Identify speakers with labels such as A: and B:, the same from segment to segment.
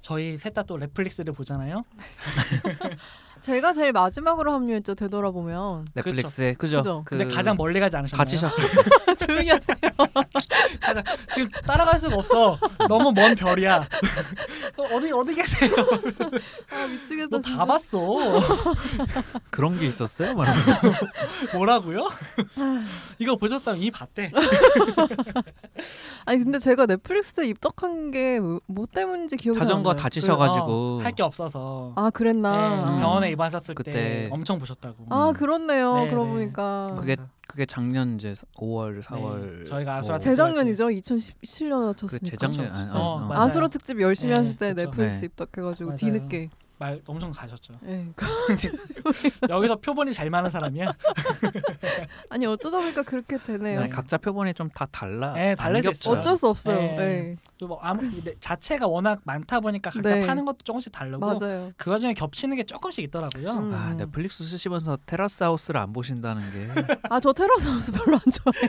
A: 저희 셋 다 또 넷플릭스를 보잖아요.
B: 제가 제일 마지막으로 합류했죠 되돌아보면
C: 넷플릭스에 그죠?
B: 그죠.
C: 그-
A: 근데 가장 멀리 가지 않으셨나요?
C: 갇히셨어요.
B: 조용히 하세요.
A: 가장- 지금 따라갈 수가 없어. 너무 먼 별이야. 어디 어디 계세요?
B: 아 미치겠다.
A: 너뭐
B: 진짜.
A: 다 봤어.
C: 그런 게 있었어요? 말하면서
A: 뭐라고요? 이거 보셨다면 이 봤대.
B: 아니 근데 제가 넷플릭스에 입덕한 게 뭐 때문인지 기억이 안 나요.
C: 자전거 다치셔가지고
A: 어, 할 게 없어서.
B: 아 그랬나.
A: 네, 병원에 입원하셨을 때
C: 그때.
A: 엄청 보셨다고.
B: 아 그렇네요.
A: 네,
B: 그러고
A: 네.
B: 보니까
C: 그게 그게 작년 이제 5월 4월
A: 저희가 아수라
C: 뭐-
A: 제-
B: 재작년이죠. 2017년
C: 그
B: 하셨으니까.
C: 재작년
A: 그쵸, 그쵸.
C: 아,
A: 어,
C: 어,
A: 맞아요.
B: 아수라 특집 열심히
A: 네,
B: 하실 때
A: 그쵸.
B: 넷플릭스
C: 네.
B: 입덕해가지고
A: 맞아요.
B: 뒤늦게.
A: 말 엄청 가셨죠.
B: 네.
A: 여기서 표본이 잘 많은 사람이야.
B: 아니 어쩌다 보니까 그렇게 되네요.
C: 아니, 각자 표본이 좀 다 달라.
A: 네, 달라져
C: 안 겹쳐요.
A: 있어요.
B: 어쩔 수 없어요.
A: 네.
B: 네.
A: 또뭐 아무 근데 자체가 워낙 많다 보니까 각자
B: 네.
A: 파는 것도 조금씩 다르고
B: 맞아요.
A: 그 와중에 겹치는 게 조금씩 있더라고요.
B: 음.
C: 아, 넷플릭스 쓰시면서 테라스 하우스를 안 보신다는 게
B: 아 저 테라스 하우스 별로 안 좋아해.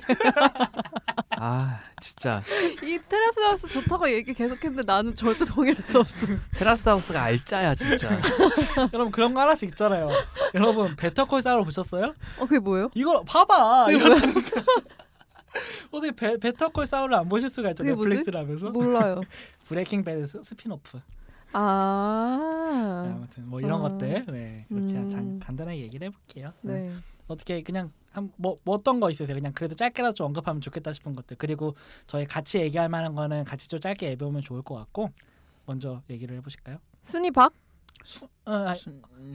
C: 아, 진짜
B: 이 테라스 하우스 좋다고 얘기 계속했는데 나는 절대 동의할 수 없어.
C: 테라스 하우스가 알짜야 진짜.
A: 여러분 그런 거 하나씩 있잖아요. 여러분 베터콜 사울 보셨어요?
B: 어 그게 뭐예요?
A: 이거 봐봐.
B: 그게
A: 아, 이거
B: 뭐야?
A: 어떻게 베, 베터콜 사울을 안 보실 수가 있죠
B: 그게 뭐지?
A: 넷플릭스라면서
B: 몰라요.
A: 브레이킹 배드 스- 스핀오프. 네,
B: 아.
A: 아무튼 뭐 이런
B: 아.
A: 것들 네, 이렇게
B: 음.
A: 잠- 간단하게 얘기를 해볼게요.
B: 네.
A: 어떻게 그냥 한, 뭐, 뭐 어떤 거 있으세요? 그냥 그래도 짧게라도 좀 언급하면 좋겠다 싶은 것들 그리고 저희 같이 얘기할 만한 거는 같이 좀 짧게 얘기하면 좋을 것 같고 먼저 얘기를 해보실까요?
B: 순이 박?
A: 수, 어, 아니,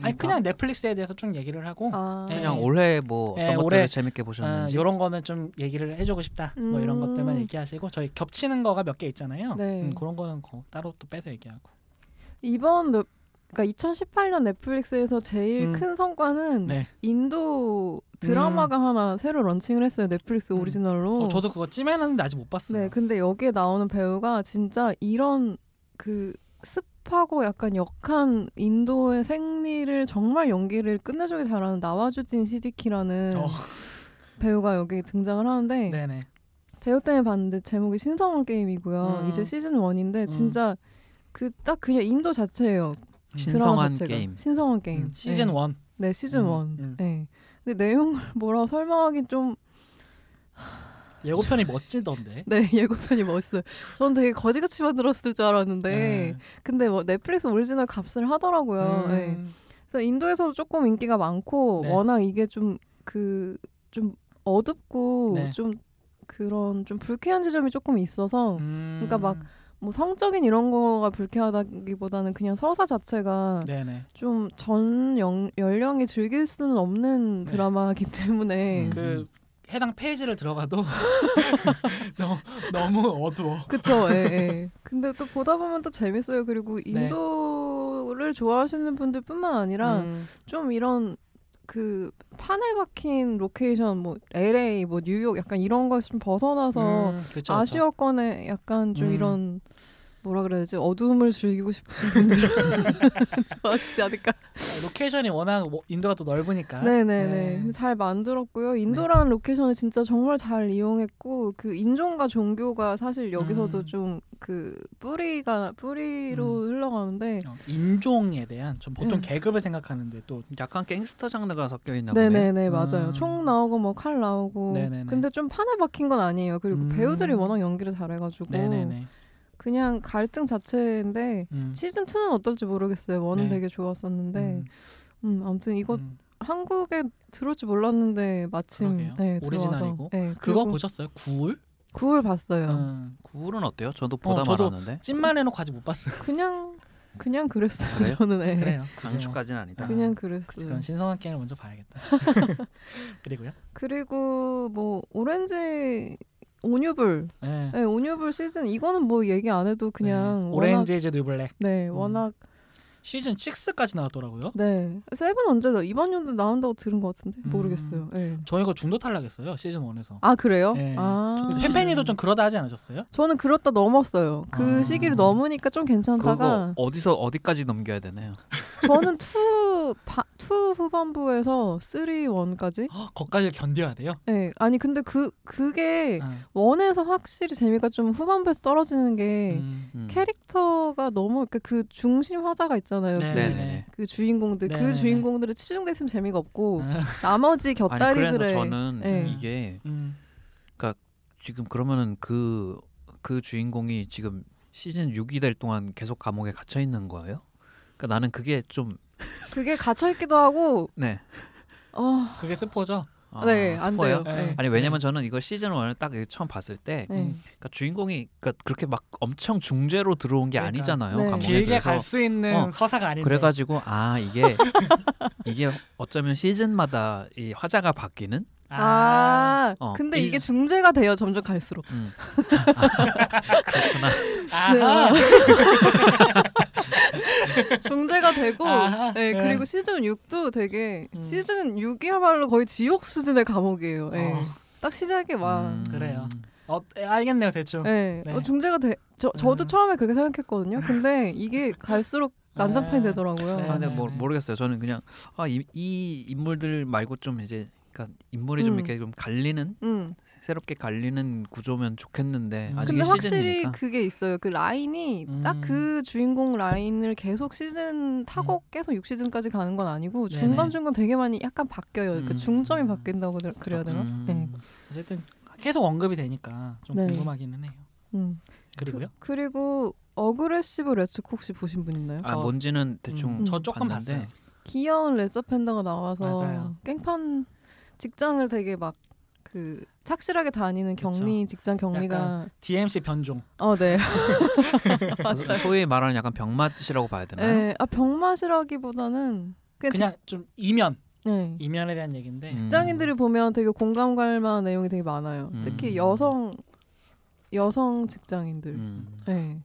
A: 아니 그냥 넷플릭스에 대해서 쭉 얘기를 하고
B: 아.
A: 네.
C: 그냥 올해 뭐 어떤
A: 네,
C: 것들을
A: 올해-
C: 재밌게 보셨는지
A: 이런 아, 거는 좀 얘기를 해주고 싶다 뭐 이런
B: 음.
A: 것들만 얘기하시고 저희 겹치는 거가 몇 개 있잖아요
B: 네.
A: 음, 그런 거는 거 따로 또 빼서 얘기하고
B: 이번 넷, 그러니까 2018년 넷플릭스에서 제일
A: 음.
B: 큰 성과는
A: 네.
B: 인도 드라마가 하나 새로 런칭을 했어요. 넷플릭스
A: 음.
B: 오리지널로.
A: 어, 저도 그거 찜해놨는데 아직 못 봤어요
B: 네, 근데 여기에 나오는 배우가 진짜 이런 그 습하고 약간 역한 인도의 생리를 정말 연기를 끝내주게 잘하는 나와주진 시디키라는
A: 어.
B: 배우가 여기 등장을 하는데
A: 네네
B: 배우 때문에 봤는데 제목이 신성한 게임이고요.
A: 음.
B: 이제 시즌 1인데
A: 음.
B: 진짜 그 딱 그냥 인도 자체예요. 드라마
C: 신성한
B: 자체가.
C: 게임.
B: 신성한 게임.
A: 음, 시즌
B: 네.
A: 원
B: 네, 시즌
A: 음,
B: 1.
A: 음.
B: 네. 근데 내용을 뭐라 설명하기 좀
A: 예고편이 멋지던데
B: 네, 예고편이 멋있어요. 전 되게 거지같이 만들었을 줄 알았는데 근데 뭐 넷플릭스 오리지널 값을 하더라고요.
A: 네. 음.
B: 예. 그래서 인도에서도 조금 인기가 많고
A: 네.
B: 워낙 이게 좀 그 좀 어둡고
A: 네.
B: 좀 그런 좀 불쾌한 지점이 조금 있어서
A: 음.
B: 그러니까 막 뭐 성적인 이런 거가 불쾌하다기보다는 그냥 서사 자체가
A: 네네
B: 좀 전 연령이 즐길 수는 없는
A: 네.
B: 드라마이기 때문에
C: 음.
A: 그 해당 페이지를 들어가도 너무, 너무 어두워
B: 그쵸. 예, 예. 근데 또 보다 보면 또 재밌어요. 그리고
A: 네.
B: 인도를 좋아하시는 분들뿐만 아니라
A: 음.
B: 좀 이런 그 판에 박힌 로케이션 뭐 LA 뭐 뉴욕 약간 이런 거에서 좀 벗어나서
A: 음, 그쵸, 그쵸.
B: 아쉬웠거나 약간 좀
A: 음.
B: 이런 뭐라 그래야 되지 어둠을 즐기고 싶으신 분들은 좋아하시지 않을까
A: 로케이션이 워낙 뭐- 인도가 또 넓으니까
B: 네네네
A: 네.
B: 근데 잘 만들었고요 인도라는 로케이션을 진짜 정말 잘 이용했고 그 인종과 종교가 사실 여기서도
A: 음.
B: 좀 그 뿌리가 뿌리로 흘러가는데
A: 어, 인종에 대한 좀 보통
B: 네.
A: 계급을 생각하는데 또
C: 약간 갱스터 장르가 섞여 있나 보네.
B: 네네네 맞아요.
A: 음.
B: 총 나오고 뭐 칼 나오고.
A: 네네네.
B: 근데 좀 판에 박힌 건 아니에요. 그리고
A: 음.
B: 배우들이 워낙 연기를 잘해가지고
A: 네네네
B: 그냥 갈등 자체인데
A: 음.
B: 시즌 2는 어떨지 모르겠어요. 원은
A: 네.
B: 되게 좋았었는데
A: 음,
B: 음, 아무튼 이거
A: 음.
B: 한국에 들어올지 몰랐는데 마침
A: 그러게요.
B: 네,
A: 오리지널이고.
B: 들어와서 네,
A: 그거
B: 그리고
A: 보셨어요? 구울?
B: 구울 봤어요.
A: 음.
C: 구울은 어때요? 저도 보다
A: 어, 저도-
C: 말았는데.
A: 찜만 해놓고 아직 못 봤어요
B: 그냥 그냥 그랬어요.
C: 그래요?
B: 저는 네.
A: 그래요
C: 강추까지는 아니다.
A: 그-
B: 그냥
A: 아,
B: 그랬어요.
A: 그럼 신성한 게임을 먼저 봐야겠다 그리고요?
B: 그리고 뭐 오렌지 온유불
A: 네.
B: 네, 온유불 시즌 이거는 뭐 얘기 안 해도 그냥
A: 네.
B: 워낙
A: 오렌지 이즈 뉴블랙
B: 네,
A: 음.
B: 워낙
A: 시즌 6까지 나왔더라고요
B: 네 세븐 언제 나 이번 연도 나온다고 들은 것 같은데
A: 음.
B: 모르겠어요. 네.
A: 저 이거 중도 탈락했어요 시즌 1에서
B: 아 그래요?
A: 네.
B: 아
A: 팬팬이도 좀 그러다 하지 않으셨어요?
B: 저는 그렇다 넘었어요. 그
A: 아.
B: 시기를 넘으니까 좀
C: 그거
B: 괜찮다가
C: 어디서 어디까지 넘겨야 되나요?
B: 저는 투 투, 바, 투 후반부에서 3, 1까지?
A: 헉, 거기까지 견뎌야 돼요.
B: 네. 아니 근데 그 그게
A: 아,
B: 원에서 확실히 재미가 좀 후반부에서 떨어지는 게
A: 음.
C: 음.
B: 캐릭터가 너무 그, 그 중심 화자가 있잖아요.
A: 네,
B: 그,
A: 네,
C: 네네네.
B: 그 주인공들
A: 네네네.
B: 그 주인공들은 치중돼 있으면 재미가 없고
A: 아,
B: 나머지
C: 아니 그래서
B: 곁다리들의
C: 저는
B: 네.
C: 이게
A: 음.
C: 지금 그러면은 그 그 주인공이 지금 시즌 6이 될 동안 계속 감옥에 갇혀 있는 거예요? 그러니까 나는 그게 좀
B: 그게 갇혀 있기도 하고
C: 네.
B: 어,
A: 그게 스포죠.
C: 아,
B: 네, 안
C: 스포예요?
B: 돼요. 네.
C: 아니 왜냐면 저는 이걸 시즌 1을 딱 처음 봤을 때
B: 네.
A: 음.
C: 그러니까 주인공이 그러니까 그렇게 막 엄청 중죄로 들어온 게
A: 그러니까.
C: 아니잖아요.
B: 네.
C: 감옥에
A: 길게
C: 그래서
A: 갈 수 있는
C: 어,
A: 서사가 아닌데.
C: 그래가지고 아 이게 이게 어쩌면 시즌마다 이 화자가 바뀌는
A: 아,
B: 아,
C: 어,
B: 근데
C: 일-
B: 이게 중재가 돼요 점점 갈수록.
C: 음.
A: 아하.
B: 중재가 되고
A: 아하, 예.
B: 예, 그리고 시즌 6도 되게
A: 음.
B: 시즌 6이야말로 거의 지옥 수준의 감옥이에요. 예.
A: 어.
B: 딱 시작이 와.
C: 음.
A: 그래요. 어, 알겠네요 대충.
B: 예.
A: 네.
B: 어, 중재가 돼. 저, 저도
A: 음.
B: 처음에 그렇게 생각했거든요. 근데 이게 갈수록 난장판이
A: 아,
B: 되더라고요.
A: 네.
C: 아, 근데 뭐,
A: 네.
C: 모르겠어요. 저는 그냥 아, 이, 이 인물들 말고 좀 이제 그러니까 인물이 좀
B: 음.
C: 이렇게 좀 갈리는
B: 음.
C: 새롭게 갈리는 구조면 좋겠는데
A: 음.
C: 아직
B: 근데
A: 이게
B: 확실히
C: 시즌이니까.
B: 그게 있어요. 그 라인이
A: 음.
B: 딱 그 주인공 라인을 계속 시즌 타고 계속 6시즌까지 가는 건 아니고
A: 음. 네네.
B: 중간중간 되게 많이 약간 바뀌어요. 그
C: 음.
B: 중점이 바뀐다고 그- 그래야 되나?
C: 음.
B: 네.
A: 어쨌든 계속 언급이 되니까 좀
B: 네.
A: 궁금하기는 해요.
B: 음.
A: 그리고요?
B: 그, 리고 어그레시브 레츠 혹시 보신 분 있나요?
C: 아
A: 저-
C: 뭔지는 대충
A: 음, 저 조금
C: 봤는데
A: 봤어요.
B: 귀여운 레서 팬더가 나와서
A: 맞아요.
B: 깽판 직장을 되게 막 그 착실하게 다니는
A: 그쵸.
B: 격리 직장 격리가
A: DMC 변종.
B: 어 네.
C: 그 소위 말하는 약간 병맛이라고 봐야 되나요?
B: 아, 네. 아 병맛이라기보다는 그냥,
A: 그냥 음. 좀 이면
B: 직, 네.
A: 이면에 대한 얘기인데.
C: 음.
B: 직장인들이 보면 되게 공감 갈 만한 내용이 되게 많아요.
C: 음.
B: 특히 여성 여성 직장인들.
C: 음.
B: 네.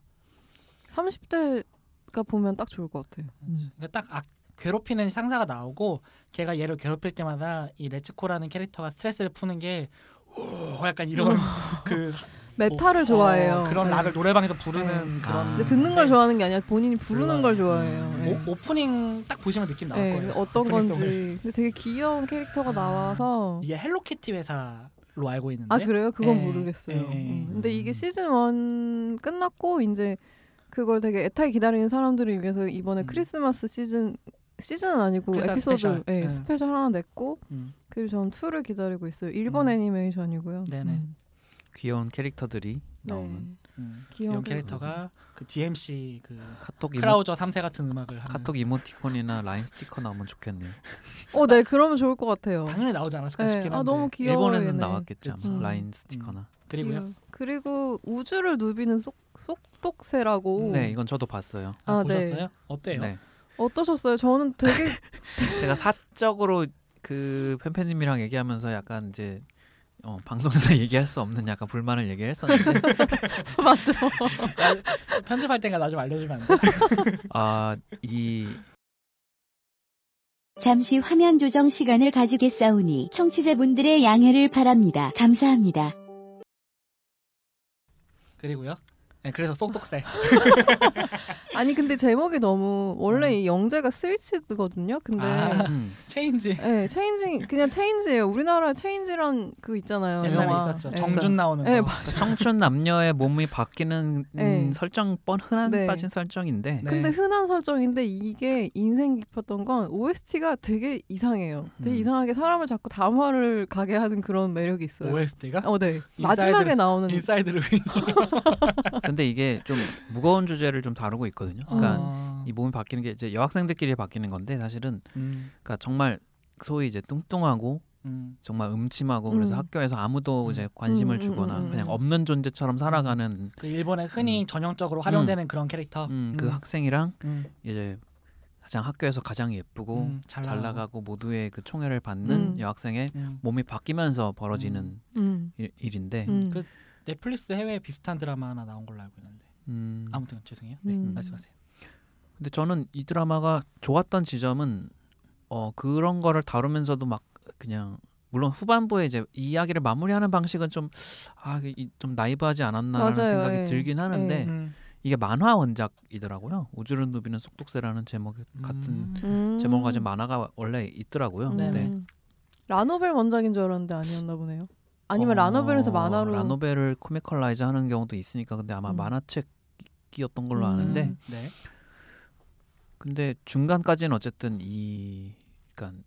B: 30대가 보면 딱 좋을 것 같아요. 음.
A: 그러니까 딱 악- 괴롭히는 상사가 나오고 걔가 얘를 괴롭힐 때마다 이 레츠코라는 캐릭터가 스트레스를 푸는 게 오, 약간 이런 그
B: 메타를
A: 어,
B: 음. 좋아해요.
A: 그런
B: 네.
A: 락을 노래방에서 부르는
B: 네.
A: 그런.
B: 근데 듣는 걸 좋아하는 게 아니라 본인이 부르는
A: 몰라요.
B: 걸 좋아해요. 네.
A: 오, 오프닝 딱 보시면 느낌 나올
B: 네,
A: 거예요.
B: 어떤
A: 오프닝
B: 건지.
A: 송을.
B: 근데 되게 귀여운 캐릭터가
A: 아.
B: 나와서
A: 이게 헬로키티 회사로 알고 있는데.
B: 아 그래요? 그건
A: 예,
B: 모르겠어요.
A: 예, 예.
B: 음. 근데 이게 시즌 1 끝났고 이제 그걸 되게 애타게 기다리는 사람들을 위해서 이번에
A: 음.
B: 크리스마스 시즌 시즌은 아니고
A: 크리스마스
B: 에피소드
A: 스페셜.
B: 스페셜. 예,
A: 예.
B: 스페셜 하나 냈고
A: 음.
B: 그리고 전 2를 기다리고 있어요. 일본
A: 음.
B: 애니메이션이고요.
A: 네네.
B: 음.
C: 귀여운 캐릭터들이 나오는
B: 네.
A: 음.
B: 귀여운
A: 이런 캐릭터가 그 DMC 그
C: 카톡 이모
A: 크라우저 3세 같은 음악을 하는.
C: 카톡 이모티콘이나 라인 스티커 나오면 좋겠네요.
B: 어, 네, 그러면 좋을 것 같아요.
A: 당연히 나오지 않았을까
B: 네.
A: 싶긴 한데.
B: 아 너무 귀여워.
C: 일본에는
B: 얘네.
C: 나왔겠죠.
A: 그치.
C: 아마. 라인 스티커나.
A: 그리고요.
B: 귀여워. 그리고 우주를 누비는 속 속독새라고.
C: 네, 이건 저도 봤어요.
A: 아,
B: 아, 네.
A: 보셨어요? 어때요?
C: 네.
B: 어떠셨어요? 저는 되게
C: 제가 사적으로 그 팬팬님이랑 얘기하면서 약간 이제 어, 방송에서 얘기할 수 없는 약간 불만을 얘기했었는데
B: 맞죠.
A: 편집할 때가 나 좀 알려주면 안 돼?
C: 아, 아이
D: 잠시 화면 조정 시간을 가지겠사오니 청취자분들의 양해를 바랍니다. 감사합니다.
A: 그리고요. 네, 그래서 쏙독새.
B: 아니 근데 제목이 너무 원래
A: 음.
B: 이 영재가 스위치거든요. 근데
A: 아.
C: 음,
A: 체인지
B: 네, 체인지 그냥 체인지예요. 우리나라 체인지란 그 있잖아요.
A: 옛날에
B: 영화.
A: 있었죠.
B: 네.
A: 정준 나오는 거.
B: 네,
C: 청춘 남녀의 몸이 바뀌는 음,
B: 네.
C: 설정 뻔 흔한
B: 네.
C: 빠진 설정인데
A: 네.
B: 근데 흔한 설정인데 이게 인생 깊었던 건 OST가 되게 이상해요. 되게
C: 음.
B: 이상하게 사람을 자꾸 담화를 가게 하는 그런 매력이 있어요.
A: OST가
B: 어, 네.
A: 인사이드-
B: 마지막에 나오는
A: 인사이드 루인.
B: 네.
C: 근데 이게 좀 무거운 주제를 좀 다루고 있거든요. 그러니까
A: 어.
C: 이 몸이 바뀌는 게 이제 여학생들끼리 바뀌는 건데 사실은
A: 음,
C: 그러니까 정말 소위 이제 뚱뚱하고
A: 음.
C: 정말 음침하고 그래서
B: 음.
C: 학교에서 아무도
A: 음.
C: 이제
B: 음,
C: 관심을
B: 음,
C: 주거나
B: 음, 음.
C: 그냥 없는 존재처럼 살아가는
A: 그 일본에 흔히 전형적으로 활용되는 그런 캐릭터.
C: 음, 그
A: 음.
C: 학생이랑
A: 음,
C: 이제 가장 학교에서 가장 예쁘고
A: 음, 잘,
C: 잘
A: 나가고.
C: 나가고 뭐. 모두의 그 총애를 받는
B: 음.
C: 여학생의
A: 음.
C: 몸이 바뀌면서 벌어지는
A: 음.
B: 음.
C: 일, 일인데
B: 음.
A: 그- 넷플릭스 해외 비슷한 드라마 하나 나온 걸로 알고 있는데.
C: 음,
A: 아무튼 죄송해요. 네,
B: 음.
A: 말씀하세요.
C: 근데 저는 이 드라마가 좋았던 지점은 어 그런 거를 다루면서도 막 그냥 물론 후반부에 이제 이야기를 마무리하는 방식은 좀 아 좀 나이브하지 않았나라는
B: 맞아요,
C: 생각이
B: 예.
C: 들긴 하는데
B: 예.
A: 음.
C: 이게 만화 원작이더라고요. 우주는 누비는 속독새라는 제목 같은
B: 음.
C: 제목을 가진 만화가 원래 있더라고요.
B: 음.
A: 네네.
C: 네.
B: 라노벨 원작인 줄 알았는데 아니었나 보네요. 아니면
C: 어,
B: 라노벨에서 만화로
C: 라노벨을 코미컬라이즈 하는 경우도 있으니까 근데 아마
B: 음.
C: 만화책이었던 걸로
B: 음.
C: 아는데
A: 음, 네.
C: 근데 중간까지는 어쨌든 이 그러니까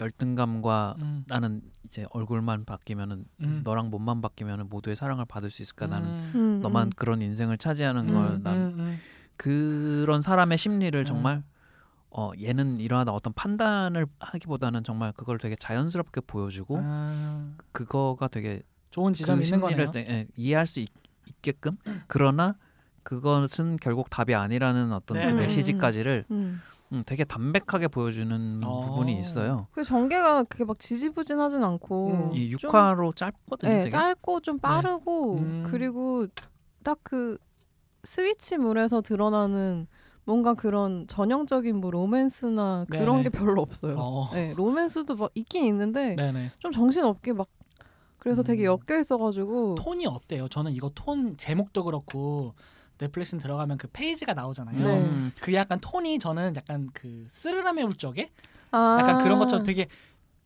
C: 열등감과
A: 음.
C: 나는 이제 얼굴만 바뀌면은
A: 음.
C: 너랑 몸만 바뀌면은 모두의 사랑을 받을 수 있을까 나는
A: 음.
B: 음,
C: 너만
B: 음.
C: 그런 인생을 차지하는
A: 음,
C: 걸 난
A: 음, 음.
C: 그런 사람의 심리를
A: 음.
C: 정말 어 얘는 이러하다 어떤 판단을 하기보다는 정말 그걸 되게 자연스럽게 보여주고
B: 음.
A: 아,
C: 그거가 되게
A: 좋은 지점
C: 그
A: 이 있는 거네요.
C: 심리를 되- 예, 이해할 수 있, 게끔 그러나 그것은 결국 답이 아니라는 어떤
A: 네.
C: 그
A: 음.
C: 메시지까지를
B: 음.
C: 음, 되게 담백하게 보여주는
A: 어.
C: 부분이 있어요.
B: 그 전개가 그렇게 막 지지부진하진 않고
A: 음,
C: 이
B: 좀-
C: 6화로 짧거든요.
B: 네,
C: 되게.
B: 짧고 좀 빠르고
A: 음.
B: 그리고 딱 그 스위치물에서 드러나는 뭔가 그런 전형적인 뭐 로맨스나 그런
A: 네네.
B: 게 별로 없어요.
A: 어.
B: 네, 로맨스도 막 있긴 있는데
A: 네네.
B: 좀 정신없게 막 그래서 되게
A: 음.
B: 엮여 있어가지고
A: 톤이 어때요? 저는 이거 톤 제목도 그렇고 넷플릭스 들어가면 그 페이지가 나오잖아요.
B: 네.
C: 음,
A: 그 약간 톤이 저는 약간 그 쓰르람의 울적에
B: 아.
A: 약간 그런 것처럼 되게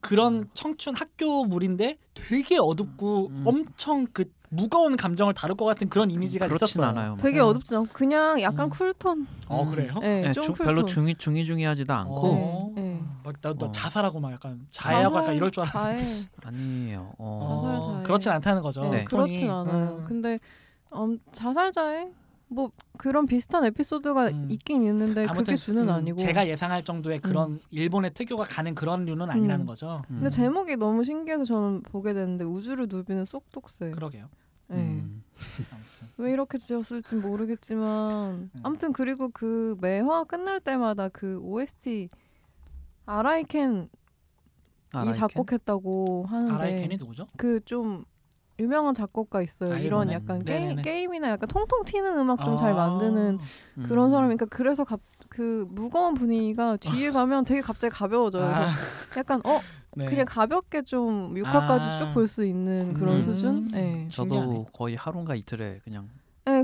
A: 그런 청춘 학교물인데 되게 어둡고
C: 음.
A: 엄청 그 무거운 감정을 다룰 것 같은 그런 이미지가
C: 그렇진
A: 있었어요.
C: 않아요. 뭐.
B: 되게
A: 음.
B: 어둡진 않고 그냥 약간
A: 음.
B: 쿨톤.
A: 어
C: 음.
A: 그래요?
B: 네,
C: 예,
B: 좀
C: 중-
B: 쿨톤.
C: 별로 중이 중이 중이하지도 않고
A: 어.
B: 네, 네.
A: 막나 나
C: 어.
A: 자살하고 막 약간 자해하고
B: 아,
A: 약간 이럴 줄 알았는데
B: 알았어.
C: 아니에요. 어.
B: 자살, 자해.
A: 그렇진 않다는 거죠.
B: 네,
C: 네.
B: 그렇진
A: 톤이.
B: 않아요.
A: 음.
B: 근데 음, 자살자의 뭐 그런 비슷한 에피소드가
A: 음.
B: 있긴 있는데 그게 주는
A: 음,
B: 아니고. 음.
A: 제가 예상할 정도의 그런 일본의 특유가 가는 그런 류는 아니라는 거죠.
C: 음.
B: 근데 제목이 너무 신기해서 저는 보게 됐는데 우주를 누비는 쏙독새.
A: 그러게요.
B: 예.
C: 음.
A: 아무튼
B: 왜 이렇게 지었을지 모르겠지만
A: 음.
B: 아무튼 그리고 그 매화 끝날 때마다 그 OST 아라이켄이
C: 아라이켄?
B: 작곡했다고
A: 아라이켄이
B: 하는데
A: 누구죠?
B: 그 좀 유명한 작곡가 있어요.
A: 아,
B: 이런
A: 일본에.
B: 약간
A: 네네네.
B: 게임, 이나 약간 통통 튀는 음악 좀 잘
A: 아.
B: 만드는
C: 음.
B: 그런 사람이니까 그래서 갑, 그 무거운 분위기가 뒤에 가면 되게 갑자기 가벼워져요.
A: 아,
B: 그래서 약간 어
A: 네.
B: 그냥 가볍게 좀 6화까지
A: 아.
B: 쭉 볼 수 있는 그런
C: 음.
B: 수준? 예. 네.
C: 저도
A: 신기하네.
C: 거의 하루인가 이틀에 그냥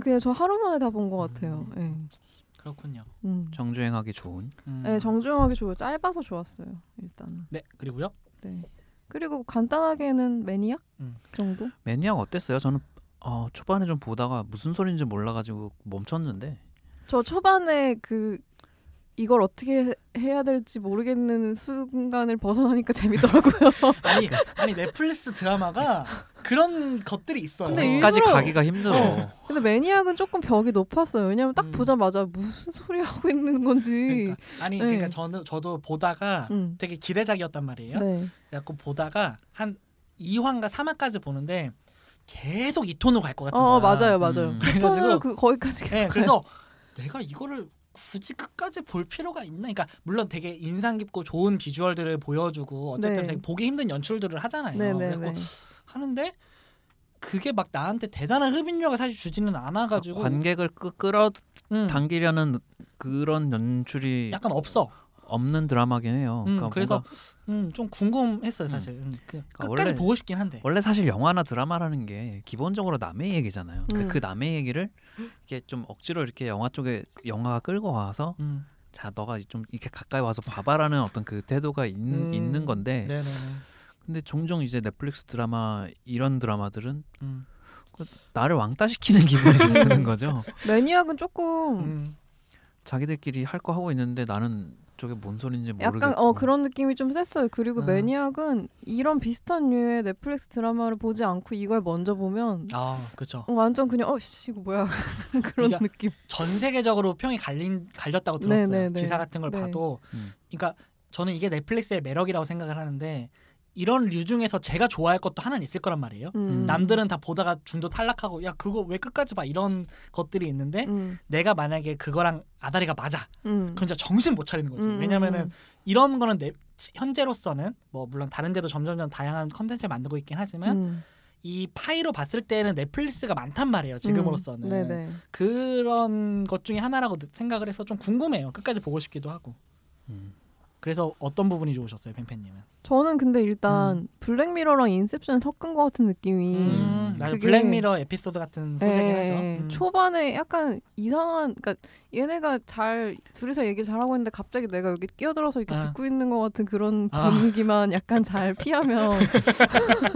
B: 그냥 저 하루 만에 다 본 것 같아요. 예.
A: 음. 그렇군요.
B: 음.
C: 정주행하기 좋은
A: 음.
B: 예, 정중하게 좋고 짧아서 좋았어요. 일단은.
A: 네 그리고요.
B: 네. 그리고 간단하게는 매니악
A: 음.
B: 정도?
C: 매니악 어땠어요? 저는 어, 초반에 좀 보다가 무슨 소리인지 몰라가지고 멈췄는데
B: 저 초반에 그 이걸 어떻게 해야 될지 모르겠는 순간을 벗어나니까 재밌더라고요.
A: 아니 아니 넷플릭스 드라마가 그런 것들이 있어요. 그러니까,
B: 근데 일-
C: 끝까지
B: 일부러-
C: 가기가 힘들어.
B: 근데 매니악은 조금 벽이 높았어요. 왜냐면 딱
A: 음.
B: 보자마자 무슨 소리 하고 있는 건지.
A: 그러니까, 아니
B: 네.
A: 그러니까 저는 저도 보다가
B: 음.
A: 되게 기대작이었단 말이에요.
B: 네.
A: 그래갖고 보다가 한 2화인가 3화까지 보는데 계속 이 톤으로 갈 것 같은 거야.
B: 어 맞아요 맞아요.
C: 음.
B: 그 톤으로
A: 그래가지고-
B: 그 거기까지 계속.
A: 네,
B: 가요.
A: 그래서 내가 이거를 굳이 끝까지 볼 필요가 있나? 그러니까 물론 되게 인상 깊고 좋은 비주얼들을 보여주고 어쨌든
B: 네.
A: 되게 보기 힘든 연출들을 하잖아요.
B: 네네네.
A: 그래갖고 하는데 그게 막 나한테 대단한 흡인력을 사실 주지는 않아가지고
C: 관객을 끄,
A: 음,
C: 끌어당기려는 그런 연출이
A: 약간 없어.
C: 없는 드라마긴 해요.
A: 음,
C: 그러니까
A: 그래서
C: 뭔가
A: 음, 좀 궁금했어요 사실. 음, 그 끝까지
C: 아, 원래-
A: 보고 싶긴 한데.
C: 원래 사실 영화나 드라마라는 게 기본적으로 남의 얘기잖아요.
B: 음.
C: 근데 그 남의 얘기를 이렇게 좀 억지로 이렇게 영화 쪽에 영화가 끌고 와서
A: 음,
C: 자 너가 좀 이렇게 가까이 와서 봐봐라는 어떤 그 태도가 있는
A: 음.
C: 있는 건데
A: 네네네.
C: 근데 종종 이제 넷플릭스 드라마 이런 드라마들은
A: 음,
C: 나를 왕따시키는 기분이 좀 드는 거죠.
B: 매니악은 조금
A: 음.
C: 자기들끼리 할 거 하고 있는데 나는 저게 뭔 소린지 모르겠고.
B: 약간 어 그런 느낌이 좀 셌어요. 그리고
A: 음.
B: 매니악은 이런 비슷한 류의 넷플릭스 드라마를 보지 않고 이걸 먼저 보면
A: 아 그렇죠.
B: 어, 완전 그냥 어씨 이거 뭐야 그런
A: 그러니까
B: 느낌.
A: 전 세계적으로 평이 갈린 갈렸다고 들었어요.
B: 네네네.
A: 기사 같은 걸
B: 네.
A: 봐도.
C: 음.
A: 그러니까 저는 이게 넷플릭스의 매력이라고 생각을 하는데 이런 류 중에서 제가 좋아할 것도 하나는 있을 거란 말이에요.
B: 음.
A: 남들은 다 보다가 중도 탈락하고 야 그거 왜 끝까지 봐 이런 것들이 있는데
B: 음.
A: 내가 만약에 그거랑 아다리가 맞아
B: 음.
A: 그럼 진짜 정신 못 차리는 거지
B: 음,
A: 왜냐면은 이런 거는 내, 현재로서는 뭐 물론 다른 데도 점점점 다양한 컨텐츠를 만들고 있긴 하지만
B: 음.
A: 이 파이로 봤을 때는 넷플릭스가 많단 말이에요 지금으로서는
B: 음. 네네.
A: 그런 것 중에 하나라고 생각을 해서 좀 궁금해요. 끝까지 보고 싶기도 하고.
C: 음.
A: 그래서 어떤 부분이 좋으셨어요, 팬팬님은?
B: 저는 근데 일단 블랙미러랑 인셉션 섞은 것 같은 느낌이
A: 음, 맞아.
B: 그게-
A: 블랙미러 에피소드 같은 소재긴 하죠.
B: 예,
A: 음.
B: 초반에 약간 이상한 그러니까 얘네가 잘 둘이서 얘기 잘 하고 있는데 갑자기 내가 여기 끼어들어서 이렇게
A: 아.
B: 듣고 있는 것 같은 그런
A: 아.
B: 분위기만 약간 잘 피하면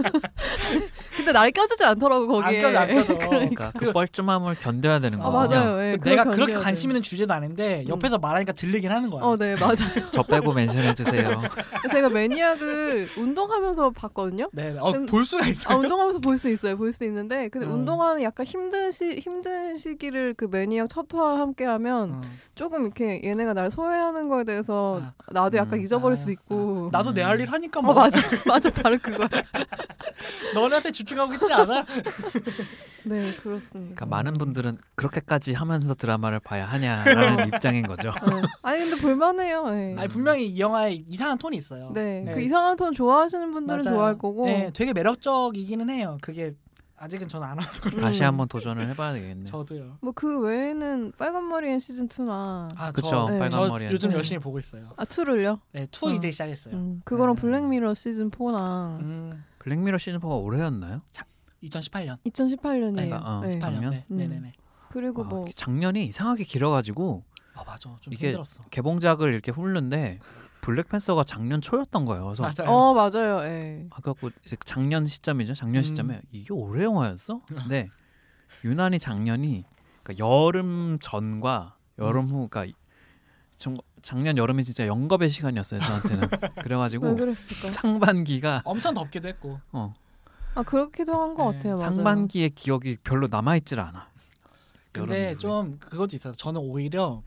B: 근데 날 껴주지 않더라고
A: 안
B: 거기에
A: 껴져, 안 껴져.
C: 그러니까 그 뻘쭘함을 견뎌야 되는
B: 아
C: 거예요.
B: 맞아요 예, 그걸
A: 내가
B: 견뎌야
A: 그렇게
B: 돼요.
A: 관심 있는 주제도 아닌데 옆에서 말하니까 들리긴 하는 거야.
B: 음. 어, 네, 맞아요.
C: 저 빼고 멘션해 주세요. 그러니까
B: 제가 매니악을 운동하면서 봤거든요.
A: 네, 네. 어,
B: 음.
A: 볼 수가 있어.
B: 아, 운동하면서 볼 수 있어요. 볼 수 있는데, 근데
A: 음.
B: 운동하는 약간 힘든 시 힘든 시기를 그 매니악 첫화 함께 하면
A: 어.
B: 조금 이렇게 얘네가 날 소외하는 거에 대해서
A: 아.
B: 나도 약간
C: 음.
B: 잊어버릴
A: 아.
B: 수 있고.
A: 나도 내 할 일 하니까 뭐
B: 어 맞아 맞아 바로 그거.
A: 너네한테 집중하고 있지 않아?
B: 네 그렇습니다.
C: 그러니까 많은 분들은 그렇게까지 하면서 드라마를 봐야 하냐라는 입장인 거죠.
B: 네. 아니 근데 볼만해요. 예.
A: 아니 분명히 이 영화에 이상한 톤이 있어요.
B: 네,
A: 네.
B: 그 이상한 톤 좋아하시는 분들은
A: 맞아요.
B: 좋아할 거고.
A: 네, 되게 매력적이기는 해요. 그게 아직은 저는 안
C: 네.
A: 와서
B: 음.
C: 다시 한번 도전을 해봐야 되겠네. 요
A: 저도요.
B: 뭐그 외에는 빨간 머리엔 시즌 2나
A: 아,
C: 그쵸,
A: 저,
B: 네.
A: 저
C: 빨간 머리.
A: 요즘
B: 네.
A: 열심히 보고 있어요.
B: 아 2를요?
A: 네, 음. 투
B: 음.
A: 이제 시작했어요. 음.
B: 음, 그거랑
C: 네.
B: 블랙미러 시즌 4랑
C: 블랙미러 시즌 4가 올해였나요?
A: 2018년.
B: 2018년이에요.
C: 아, 어,
B: 네.
C: 작년.
A: 18년. 네,
B: 음.
A: 네, 네, 네.
B: 그리고
C: 아,
B: 뭐
C: 작년이 이상하게 길어가지고
A: 아 맞아, 좀
C: 이게
A: 힘들었어.
C: 개봉작을 이렇게 훑는데 블랙팬서가 작년 초였던 거예요. 그래서
A: 맞아요.
B: 어, 맞아요. 예.
C: 아깝고 이제 작년 시점이죠. 작년
A: 음.
C: 시점에 이게 올해 영화였어? 근데 유난히 작년이 그러니까 여름 전과 여름 후, 그러니까 정- 작년 여름이 진짜 영겁의 시간이었어요 저한테는.
B: 왜
C: 그래가지고
B: 그랬을까?
C: 상반기가
A: 엄청 덥기도 했고.
C: 어,
B: 아 그렇기도 한 것
A: 네,
B: 같아요. 맞아요.
C: 상반기의 기억이 별로 남아있질 않아.
A: 근데
C: 여름 이후에.
A: 좀 그것도 있어서 저는 오히려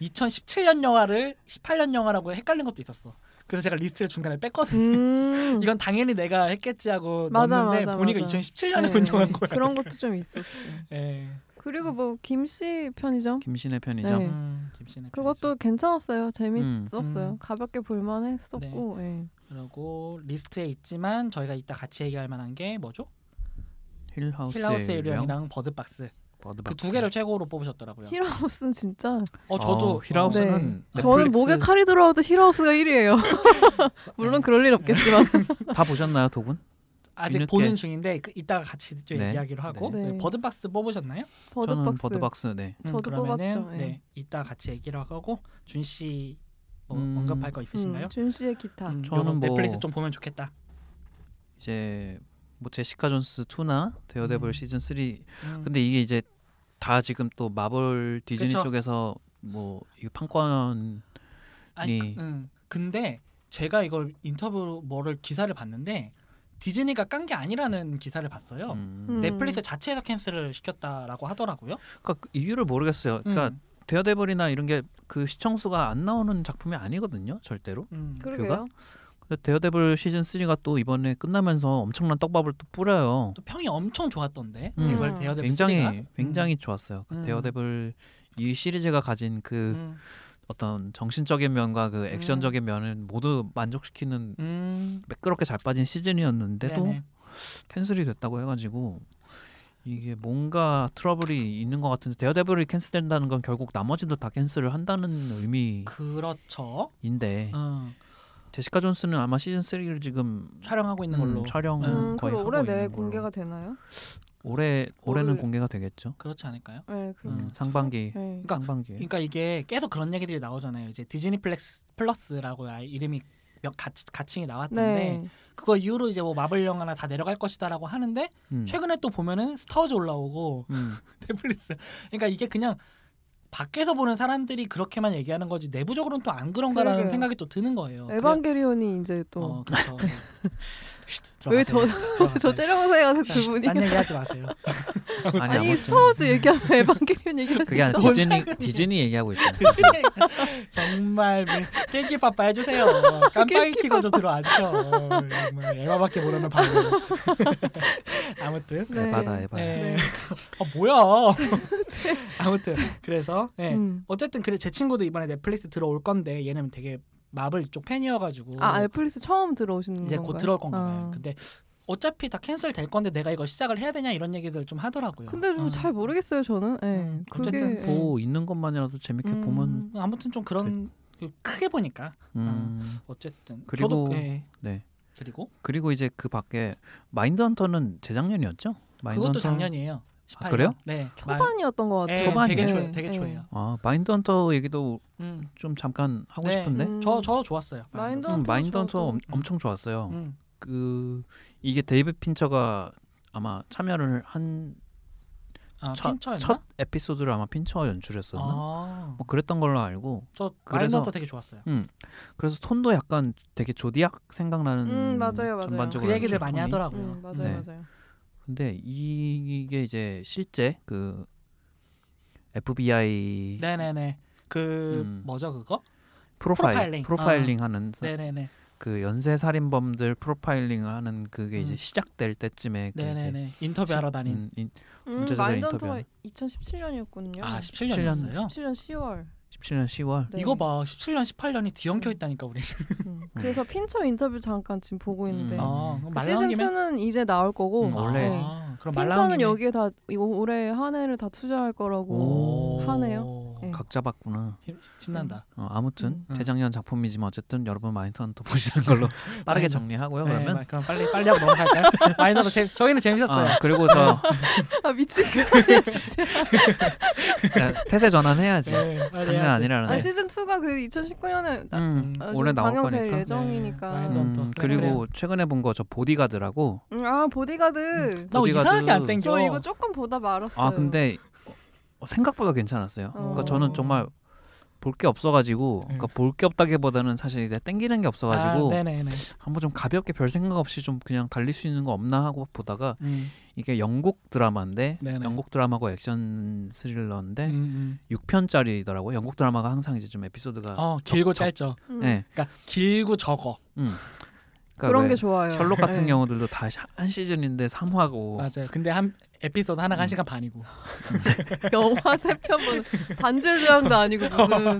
A: 2017년 영화를 18년 영화라고 헷갈린 것도 있었어. 그래서 제가 리스트를 중간에 뺐거든.
B: 음.
A: 이건 당연히 내가 했겠지 하고
B: 맞아,
A: 넣었는데
B: 맞아,
A: 보니까
B: 맞아.
A: 2017년에
B: 네.
A: 운영한 거야.
B: 그런 것도 좀 있었어요.
A: 예.
B: 그리고 뭐 김씨 편의점
C: 김신의 편의점.
B: 네.
A: 음, 김신의
B: 그것도 괜찮았어요. 재밌었어요.
A: 음.
B: 가볍게 볼만했었고. 예.
A: 편의점. 그러고 리스트에 있지만 저희가 이따 같이 얘기할 만한 게 뭐죠? 힐하우스의
C: 힐하우스의 유령.
A: 유령이랑 버드박스. 그
C: 버드박스.
A: 두 개를 최고로 뽑으셨더라고요.
B: 히라우스는 진짜
A: 어 저도
C: 어, 힐하우스는
A: 네.
B: 저는
C: 넷플릭스-
B: 목에 칼이 들어와도 히라우스가 1위예요.
A: 네.
B: 물론 그럴 일 없겠지만.
C: 다 보셨나요, 두 분?
A: 아직
C: 뒤늦게-
A: 보는 중인데 그 이따가 같이 좀
C: 네.
A: 이야기를 하고
B: 네.
A: 네, 버드박스 뽑으셨나요?
C: 저는
B: 버드박스.
C: 버드박스. 네.
A: 음,
B: 저도
A: 그러면은,
B: 뽑았죠, 예.
A: 네, 이따 같이 얘기를 하고 준씨 뭐
C: 음.
A: 언급할 거 있으신가요?
B: 음, 준 씨의 기타.
A: 음,
C: 저는
A: 요거
C: 뭐-
A: 넷플릭스 좀 보면 좋겠다.
C: 이제 뭐 제시카 존스 2나 데어데블
A: 음.
C: 시즌 3.
A: 음.
C: 근데 이게 이제 다 지금 또 마블 디즈니
A: 그쵸.
C: 쪽에서 뭐 이 판권
A: 아니,
C: 이-
A: 그- 음. 근데 제가 이걸 인터뷰 뭐를 기사를 봤는데 디즈니가 깐 게 아니라는 기사를 봤어요.
C: 음.
B: 네.
A: 넷플릭스 자체에서 캔슬을 시켰다라고 하더라고요.
C: 그러니까 그 이유를 모르겠어요. 그러니까
A: 음,
C: 데어데블이나 이런 게 그 시청 수가 안 나오는 작품이 아니거든요, 절대로.
A: 음.
B: 그러게요.
C: 근데 데어데블 시즌 3가 또 이번에 끝나면서 엄청난 떡밥을 또 뿌려요.
A: 또 평이 엄청 좋았던데.
C: 음.
A: 이걸 대여대
C: 굉장히
A: 쓰리가?
C: 굉장히 좋았어요. 그
A: 음.
C: 데어데블 이 시리즈가 가진 그
A: 음.
C: 어떤 정신적인 면과 그 액션적인 면을 모두 만족시키는
A: 음.
C: 매끄럽게 잘 빠진 시즌이었는데도
A: 네네.
C: 캔슬이 됐다고 해가지고 이게 뭔가 트러블이 있는 것 같은데 데어데블이 캔슬된다는 건 결국 나머지도 다 캔슬을 한다는 의미인데
A: 그렇죠.
C: 네.
A: 음.
C: 제시카 존스는 아마 시즌 3를 지금
A: 촬영하고 있는
C: 음,
A: 걸로.
C: 촬영은
B: 음,
C: 거의
B: 그럼
C: 하고
B: 올해
C: 있는
B: 내에
C: 걸로.
B: 공개가 되나요?
C: 올해 올해는
B: 올해.
C: 공개가 되겠죠.
A: 그렇지 않을까요?
B: 네, 그
C: 음, 상반기
B: 네.
A: 그러니까-
C: 상반기
A: 그러니까 이게 계속 그런 얘기들이 나오잖아요. 이제 디즈니 플렉스 플러스라고 아예 이름이 몇 가치, 가칭이 나왔던데
B: 네.
A: 그거 이후로 이제 뭐 마블 영화나 다 내려갈 것이다라고 하는데
C: 음.
A: 최근에 또 보면은 스타워즈 올라오고
C: 음.
A: 넷플릭스. 그러니까 이게 그냥 밖에서 보는 사람들이 그렇게만 얘기하는 거지 내부적으로는 또 안 그런가라는
B: 그러게요.
A: 생각이 또 드는 거예요.
B: 에반게리온이 이제 또
A: 어, 그렇죠.
B: 왜 저- 저
A: 네.
B: 째려보세요
A: 아,
B: 두 분이
A: 딴 얘기 하지 마세요.
C: 아니,
B: 아니
C: 아무튼
B: 스타워즈 얘기하면 에반게리온 얘기할 수
C: 그게 아니라
B: 있죠?
C: 디즈니 디즈니 얘기하고 있잖아.
A: 네. 정말 깨기 바빠 해주세요. 깜빡이
B: 낄끼
A: 키고 저 들어와주죠. 정말 에바밖에 모르는 방송. 아무튼
B: 네.
C: 에바다 에바.
A: 네.
B: 네.
A: 아 뭐야. 아무튼 그래서 네.
B: 음.
A: 어쨌든 그래 제 친구도 이번에 넷플릭스 들어올 건데 얘는 되게 마블 쪽 팬이어가지고
B: 아 애플리스 처음 들어오시는
A: 이제
B: 건가요?
A: 곧 들어올 건가 봐요.
B: 아.
A: 근데 어차피 다 캔슬 될 건데 내가 이걸 시작을 해야 되냐 이런 얘기들 좀 하더라고요.
B: 근데
A: 어.
B: 좀 잘 모르겠어요 저는. 예.
A: 음,
B: 그게
C: 뭐
A: 어쨌든
B: 예.
C: 보 있는 것만이라도 재밌게 보면
A: 음, 아무튼 좀 그런 그 크게 보니까
C: 음,
A: 어쨌든
C: 그리고-
A: 저도, 예.
C: 네.
A: 그리고
C: 그리고 이제 그 밖에 마인드헌터는 재작년이었죠?
A: 그것도
C: 아, 마인드헌터-
A: 작년이에요. 18년.
C: 그래요?
A: 네.
B: 초반이었던 것 같아요.
A: 예,
C: 초반이에요.
A: 되게 초
B: 예,
A: 되게
B: 예.
A: 초예요.
C: 아 마인드헌터 얘기도
A: 음.
C: 좀 잠깐 하고
A: 네.
C: 싶은데
B: 음.
A: 저 저 좋았어요.
B: 마인드
C: 음, 마인드헌터
B: 저도-
C: 엄- 엄청 좋았어요.
A: 음.
C: 그 이게 데이브 핀처가 아마 참여를 한
A: 아,
C: 첫-
A: 핀처였나?
C: 첫 에피소드를 아마 핀처가 연출했었나?
A: 아.
C: 뭐 그랬던 걸로 알고
A: 저
C: 그래서-
A: 마인드헌터 되게 좋았어요.
C: 그래서 톤도 약간 되게 조디악 생각나는
B: 음, 맞아요, 맞아요.
C: 전반적으로
A: 그 얘기들
C: 연출
A: 많이
C: 톤이.
A: 하더라고요.
B: 음, 맞아요,
C: 네.
B: 맞아요.
C: 근데 이게 이제 실제 그 FBI
A: 네네네. 그
C: 음.
A: 뭐죠 그거?
C: 프로파일
A: 프로파일링. 아.
C: 프로파일링 하는 사-
A: 네네네.
C: 그 연쇄 살인범들 프로파일링을 하는 그게 이제
A: 음.
C: 시작될 때쯤에 그 이제
A: 네네네. 인터뷰하러 다닌.
C: 음, 인-
B: 음,
C: 문제자들
B: 마인드헌터가
C: 인터뷰하는.
B: 2017년이었거든요.
A: 아
C: 17년
A: 17년이었어요.
B: 17년 10월.
C: 17년 10월
B: 네.
A: 이거 봐 17년 18년이 뒤엉켜 있다니까 우리.
B: 음. 그래서 핀처 인터뷰 잠깐 지금 보고 있는데
C: 네. 음.
A: 어 그럼
B: 그
A: 말라온
B: 시즌
A: 김에
B: 2는 이제 나올 거고
C: 음, 원래
B: 네.
A: 아, 그럼 말라온
B: 핀처는
A: 김에
B: 여기에 다 이거 올해 한 해를 다 투자할 거라고
C: 오.
B: 하네요. 네.
C: 각 잡았구나.
A: 힘- 그 신난다.
C: 어, 아무튼
A: 음.
C: 재작년 작품이지만 어쨌든 여러분 마인턴 또 보시는 걸로 빠르게
A: 네.
C: 정리하고요.
A: 네,
C: 그러면
A: 마- 그럼 빨리 빨리 하고 넘어갈까요? 마이너도 재, 저희는 재밌었어요. 네,
C: 아, 그리고 저
B: 아 미치겠네 진짜.
C: 야, 네, 태세 전환해야지.
A: 네, 빨리
C: 장난
A: 해야지.
C: 아니라는.
B: 아 시즌 2가 그 2019년에 나,
C: 음,
A: 아,
B: 음,
C: 올해 나올
B: 방영될
C: 거니까.
B: 예정이니까.
A: 네,
B: 음,
A: 마인드헌터.
C: 음,
A: 그래,
C: 그리고 최근에 본 거 저 보디가드라고.
B: 아 보디가드.
A: 나
C: 어디가
A: 이상하게 안
C: 그-
A: 땡겨.
B: 저 이거 조금 보다 말았어요.
C: 아 근데 어, 생각보다 괜찮았어요. 그러니까
B: 그 어.
C: 저는 정말 볼 게 없어가지고, 그러니까 볼 게 없다기보다는 사실 이제 땡기는 게 없어가지고
A: 음. 아, 네네네.
C: 한번 좀 가볍게 별 생각 없이 좀 그냥 달릴 수 있는 거 없나 하고 보다가
A: 음,
C: 이게 영국 드라마인데
A: 네네.
C: 영국 드라마고 액션 스릴러인데
A: 음, 음.
C: 6편짜리더라고요. 영국 드라마가 항상 이제 좀 에피소드가
A: 어 길고
C: 적-
A: 짧죠.
B: 음,
C: 네. 음.
A: 그러니까 길고 적어.
C: 그러니까
B: 그런
C: 왜
B: 게 좋아요.
C: 셜록 같은
B: 네.
C: 경우들도 다 한 시즌인데 3화고
A: 맞아요. 근데 한 에피소드 하나가
C: 음.
A: 한 시간 반이고.
B: 영화 세 편은 반지의 제왕도 아니고 무슨.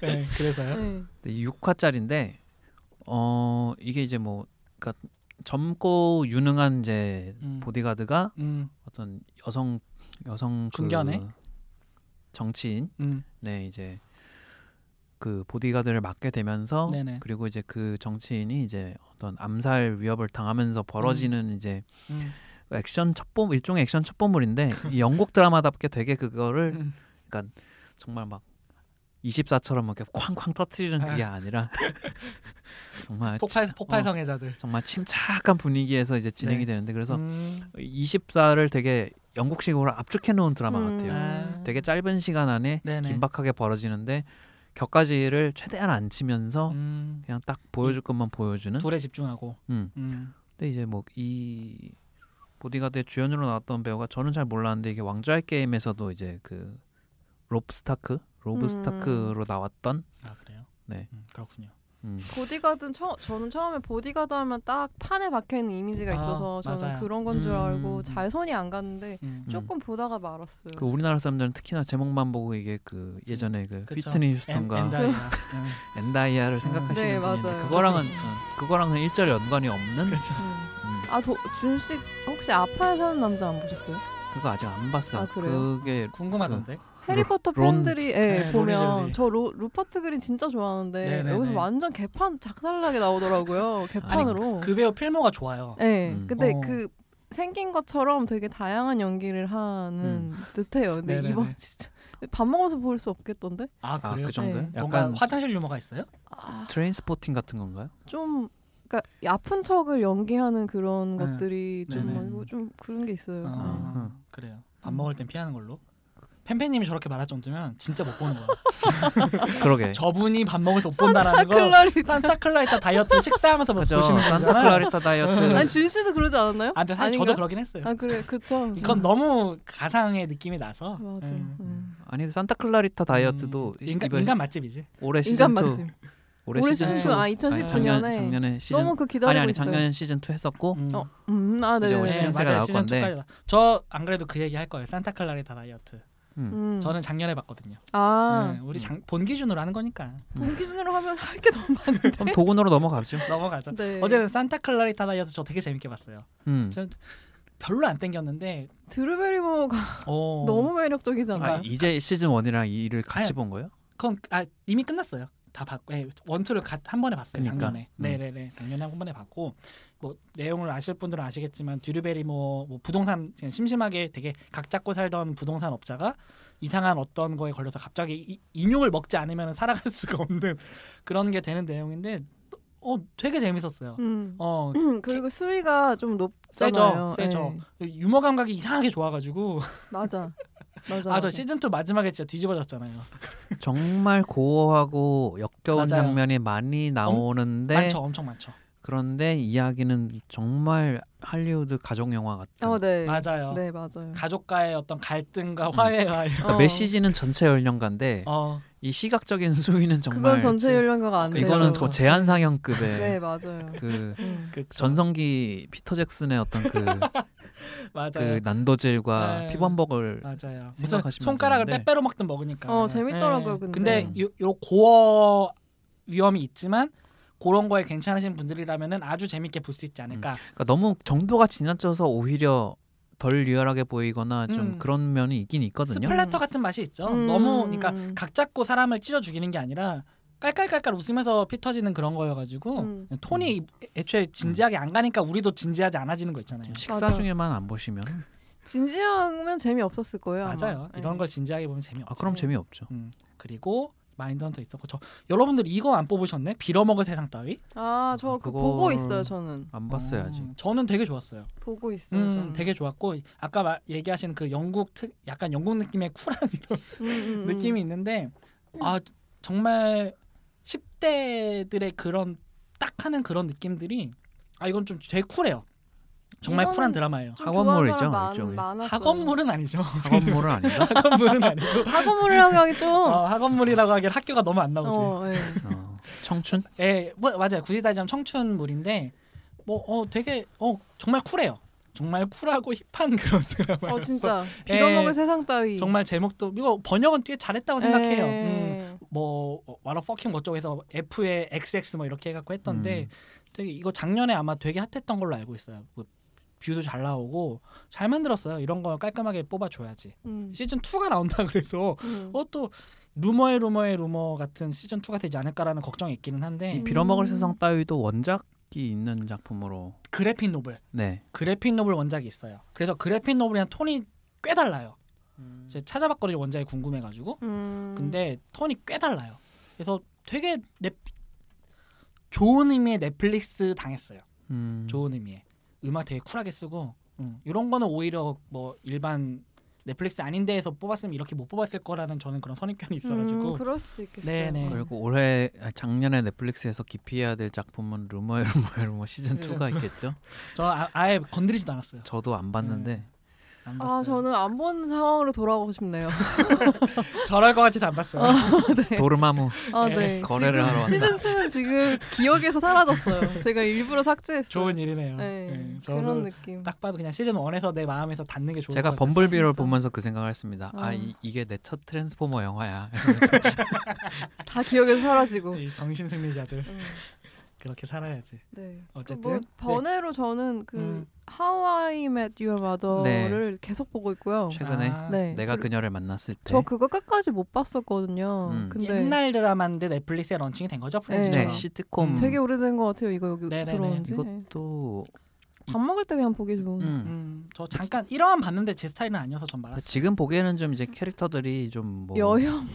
A: 네, 그래서요.
B: 네.
C: 근데 이 6화짜리인데 어 이게 이제 뭐 그러니까 젊고 유능한 이제
A: 음.
C: 보디가드가
A: 음,
C: 어떤 여성 여성
A: 중견에?
C: 그 정치인
A: 음,
C: 네 이제 그 보디가드를 맡게 되면서
A: 네네.
C: 그리고 이제 그 정치인이 이제 어떤 암살 위협을 당하면서 벌어지는 이제
A: 음,
C: 액션 첩보 일종의 액션 첩보물인데 이 영국 드라마답게 되게 그거를
A: 음.
C: 정말 막 24처럼 막 이렇게 쾅쾅 터트리는 그게 아니라 정말
A: 폭발
C: 치-
A: 폭발
C: 어,
A: 성애자들.
C: 정말 침착한 분위기에서 이제 진행이
A: 네.
C: 되는데 그래서
A: 음,
C: 24를 되게 영국식으로 압축해 놓은 드라마
B: 음.
C: 같아요.
A: 아.
C: 네. 되게 짧은 시간 안에
A: 네네.
C: 긴박하게 벌어지는데 격가지를 최대한 안 치면서
A: 음,
C: 그냥 딱 보여줄 것만 보여주는.
A: 둘에 집중하고.
C: 음.
A: 음,
C: 근데 이제 뭐 이 보디가드의 주연으로 나왔던 배우가 저는 잘 몰랐는데 이게 왕좌의 게임에서도 이제 그 롭 스타크, 로브
B: 음.
C: 스타크로 나왔던
A: 아 그래요.
C: 네.
A: 음, 그렇군요.
C: 음.
B: 보디가드는 처, 저는 처음에 보디가드 하면 딱 판에 박혀 있는 이미지가
A: 아,
B: 있어서 저는
A: 맞아요.
B: 그런 건 줄
C: 음.
B: 알고 잘 손이 안 갔는데
A: 음.
C: 음.
B: 조금 보다가 말았어요.
C: 그 우리나라 사람들은 특히나 제목만 보고 이게 그
A: 그치.
C: 예전에 그
A: 그쵸.
C: 피트니
A: 엔-
C: 휴스턴과
A: 엔다이아. 음.
C: 엔다이아를 생각하시는
B: 네,
C: 분인데
B: 맞아요.
C: 그거랑은
A: 그치.
C: 어, 그거랑은 일절 연관이 없는
A: 그렇죠.
B: 음.
C: 음,
B: 아, 도, 준 씨, 혹시 아파에 사는 남자 안 보셨어요?
C: 그거 아직 안 봤어요.
B: 아, 그래요?
C: 그게
A: 궁금하던데.
B: 해리포터
C: 론-
B: 팬들이 예,
A: 네,
B: 보면
A: 로리젤리.
B: 저 로, 루퍼트 그린 진짜 좋아하는데
A: 네네네.
B: 여기서 완전 개판 작달나게 나오더라고요. 개판으로.
A: 그 배우 필모가 좋아요.
B: 예.
C: 음.
B: 근데
A: 어.
B: 그 생긴 것처럼 되게 다양한 연기를 하는 듯해요. 근데
A: 음. 네네네.
B: 이번 진짜 밥 먹어서 볼 수 없겠던데?
A: 아
C: 아
A: 그래요?
C: 그 정도요?
B: 네.
A: 뭔가
C: 약간
A: 화장실 유머가 있어요?
B: 아,
C: 트레인 스포팅 같은 건가요?
B: 좀 그러니까 아픈 척을 연기하는 그런
A: 네.
B: 것들이 좀
A: 네네.
B: 이거 좀 그런 게 있어요.
A: 아,
C: 음.
A: 그래요. 밥 먹을 땐 피하는 걸로. 팬팬님이 저렇게 말할 정도면 진짜 못 보는 거야.
C: 그러게.
A: 저분이 밥 먹어서 못 본다라는
B: 네.
A: 거.
B: 클라리.
A: 산타클라리타 다이어트 식사하면서 뭐
C: 그죠?
A: 보시는 거잖아. 음.
C: 산타클라리타 다이어트.
B: 아니 준 씨도 그러지 않았나요?
A: 아, 근데 사실
B: 아닌가요?
A: 저도 그러긴 했어요.
B: 아 그래 그쵸.
A: 이건 너무 가상의 느낌이 나서.
B: 맞아.
A: 음.
B: 음.
C: 아니 근데 산타클라리타 다이어트도
A: 음,
C: 시-
A: 인간,
C: 이번
A: 인간 맛집이지.
C: 올해
B: 인간
C: 시즌 2
B: 맛집. 올해 시즌 2,
A: 시즌
B: 아
C: 아니, 작년,
B: 2019년에
C: 작년에 시즌
B: 너무 그 기다리고
C: 아니 아니
B: 있어요.
C: 작년 시즌 2 했었고
A: 음.
B: 어, 음, 아,
C: 이제
B: 네.
C: 우리
A: 네,
C: 시즌
B: 네.
C: 쓰리가
A: 맞아요.
C: 나올
A: 시즌
C: 건데.
A: 2까지 나- 저안 그래도 그 얘기 할 거예요. 산타클라리타 다이어트.
C: 음.
B: 음.
A: 저는 작년에 봤거든요.
B: 아, 음.
A: 네, 우리 장, 본 기준으로 하는 거니까
B: 본 기준으로 하면 할 게 너무
C: 그럼 도군으로 넘어가죠.
A: 넘어가죠.
B: 많은데.
A: 어제는 산타클라리타 다이어트 저 되게 재밌게 봤어요.
C: 음.
A: 저 별로 안 땡겼는데
B: 드루베리모가
A: 어,
B: 너무
A: 너무
B: 매력적이잖아요.
C: 아, 이제 시즌 1이랑 2를 같이
A: 아니,
C: 본 거예요?
A: 그건 아, 이미 끝났어요. 다 봤고 예, 원투를 갓- 한 번에 봤어요
C: 그러니까.
A: 작년에
C: 음.
A: 네네네 작년에 한 번에 봤고 뭐 내용을 아실 분들은 아시겠지만 듀르베리모 뭐 부동산 그냥 심심하게 되게 각 잡고 살던 부동산 업자가 이상한 어떤 거에 걸려서 갑자기 이- 인육을 먹지 않으면 살아갈 수가 없는 그런 게 되는 내용인데 어 되게 재밌었어요
B: 음.
A: 어
B: 그리고 수위가 좀
A: 세죠
B: 높잖아요.
A: 세죠
B: 예.
A: 유머 감각이 이상하게 좋아가지고
B: 맞아. 맞아.
A: 아 저
B: 맞아.
A: 시즌 2 마지막에 진짜 뒤집어졌잖아요
C: 정말 고어하고 역겨운
A: 맞아요.
C: 장면이 많이 나오는데
A: 많죠 엄청 많죠
C: 그런데 이야기는 정말 할리우드 가족 영화 같은.
B: 어, 네.
A: 맞아요
B: 네, 맞아요. 어.
A: 가족과의 어떤 갈등과 화해와 이런
C: 그러니까 메시지는 전체 연령가인데
A: 어,
C: 이 시각적인 수위는 정말
B: 그건 전체 연령가가 안 돼요.
C: 이거는
A: 되죠.
C: 더 제한 상영급의
B: 네, 맞아요.
C: 그
B: 음.
A: 그렇죠. 그쵸.
C: 전성기 피터 잭슨의 어떤 그,
A: 맞아요
C: 그 난도질과
A: 네.
C: 피범벅을
A: 맞아요 무슨
C: 생각하시면 네.
A: 손가락을
C: 되는데.
A: 빼빼로 먹든 먹으니까 네.
B: 어, 재밌더라고요, 근데.
A: 근데 요, 요 고어 위험이 있지만 그런 거에 괜찮으신 분들이라면은 아주 재밌게 볼 수 있지 않을까
C: 그러니까 너무 정도가 지나쳐서 오히려 덜 리얼하게 보이거나 좀
A: 음.
C: 그런 면이 있긴 있거든요.
A: 스플래터 같은 맛이
C: 어,
A: 있죠
B: 음.
A: 너무 그러니까 각 잡고 사람을 찢어 죽이는 게 아니라 깔깔깔깔 웃으면서 피 터지는 그런 거여가지고
B: 음.
A: 톤이 애초에 진지하게 안 가니까 우리도 진지하지 않아지는 거 있잖아요.
C: 좀 식사
B: 맞아.
C: 중에만 안 보시면
B: 진지하면 재미없었을 거예요. 아마.
A: 맞아요. 이런
B: 예.
A: 걸 진지하게 보면 재미없어.
C: 아, 그럼 재미없죠.
A: 음. 그리고 마인드헌터 있었고 저 여러분들 이거 안 뽑으셨네? 빌어먹을 세상 따위?
B: 아, 저 그거
C: 그거-
B: 보고 있어요, 저는.
C: 안 봤어요 아직.
A: 음, 저는 되게 좋았어요.
B: 보고 있어요.
A: 음,
B: 저는.
A: 되게 좋았고 아까 마- 얘기하신 그 영국 특 약간 영국 느낌의 쿨한 이런
B: 음, 음, 음.
A: 느낌이 있는데 아 정말 10대들의 그런 딱 하는 그런 느낌들이 아 이건 좀 되게 쿨해요. 정말
B: 이거는
A: 쿨한 드라마예요.
B: 좀
C: 학원물이죠,
B: 좋아하는 사람
C: 일종의.
B: 많, 많았어요.
A: 학원물은 아니죠.
C: 학원물은 아닌가?
A: 학원물은 아니고
B: 학원물이라고 하기 좀.
A: 어, 학원물이라고 하기엔 학교가 너무 안 나오지.
B: 어, 예.
C: 어, 청춘?
A: 예, 뭐, 맞아요. 굳이 따지면 청춘물인데 뭐 어, 되게 어 정말 쿨해요. 정말 쿨하고 힙한 그런 드라마.
B: 어, 진짜. 빌어먹을 세상 따위.
A: 예. 정말 제목도 이거 번역은 꽤 잘했다고 생각해요. 음,
B: 예.
A: 뭐 와라 퍼킹 뭐 쪽에서 F에 XX 뭐 이렇게 해갖고 했던데
C: 음.
A: 되게 이거 작년에 아마 되게 핫했던 걸로 알고 있어요. 그 뷰도 잘 나오고 잘 만들었어요. 이런 거 깔끔하게 뽑아줘야지.
B: 음.
A: 시즌 2가 나온다 그래서
B: 음.
A: 어 또 루머의 루머의 루머 같은 시즌 2가 되지 않을까라는 걱정이 있기는 한데
C: 이 빌어먹을
B: 음.
C: 세상 따위도 원작이 있는 작품으로.
A: 그래픽 노블
C: 네.
A: 그래픽 노블 원작이 있어요. 그래서 그래픽 노블이랑 톤이 꽤 달라요. 제가 찾아봤거든요 원작이 궁금해가지고
B: 음.
A: 근데 톤이 꽤 달라요. 그래서 되게 넷- 좋은 의미의 넷플릭스 당했어요.
C: 음.
A: 좋은 의미에 음악 되게 쿨하게 쓰고 음, 이런 거는 오히려 뭐 일반 넷플릭스 아닌 데에서 뽑았으면 이렇게 못 뽑았을 거라는 저는 그런 선입견이 있어가지고
B: 음, 그럴 수도 있겠어요.
A: 네네.
C: 그리고 올해 아, 작년에 넷플릭스에서 기피해야 될 작품은 루머의 루머의 루머 시즌
A: 네,
C: 2가 있겠죠.
A: 저 아, 아예 건드리지도 않았어요.
C: 저도 안 봤는데
A: 안 봤어요.
B: 아 저는 안 본 상황으로 돌아가고 싶네요.
A: 저럴 것 같지도 안 봤어요.
C: 도르마무
B: 아,
A: 예.
B: 네.
C: 거래를 하러 왔다.
B: 시즌 2는 지금 기억에서 사라졌어요. 제가 일부러 삭제했어요.
A: 좋은 일이네요.
B: 네,
A: 예, 저도
B: 그런 느낌.
A: 딱 봐도 그냥 시즌 1에서 내 마음에서 닿는 게 좋을
C: 제가
A: 것 같아요.
C: 범블비를
B: 진짜.
C: 보면서 그 생각을 했습니다. 아
B: 아.
C: 이, 이게 내 첫 트랜스포머 영화야.
B: 다 기억에서 사라지고.
A: 이 정신 승리자들
B: 음,
A: 그렇게 살아야지.
B: 네. 그
A: 어쨌든,
B: 뭐
A: 네.
B: 번외로 저는 그
A: 음.
B: How I Met Your Mother를 계속 보고 있고요.
C: 네. 최근에
A: 아,
B: 네.
C: 내가
B: 그리고
C: 그녀를 만났을 때
B: 저 그거 끝까지 못 봤었거든요.
C: 음.
B: 근데
A: 옛날 드라마인데 넷플릭스에 런칭이 된 거죠, 프렌즈처럼.
C: 네, 시트콤
A: 음.
B: 되게 오래된 것 같아요. 이거 여기
A: 네네네.
B: 들어온지. 네.
C: 이것도
B: 밥 먹을 때 그냥 보기 좋은.
C: 음.
A: 음, 저 잠깐 1화만 봤는데 제 스타일은 아니어서 전 말았어요.
C: 지금 보기에는 좀 이제 캐릭터들이 좀뭐
B: 여혐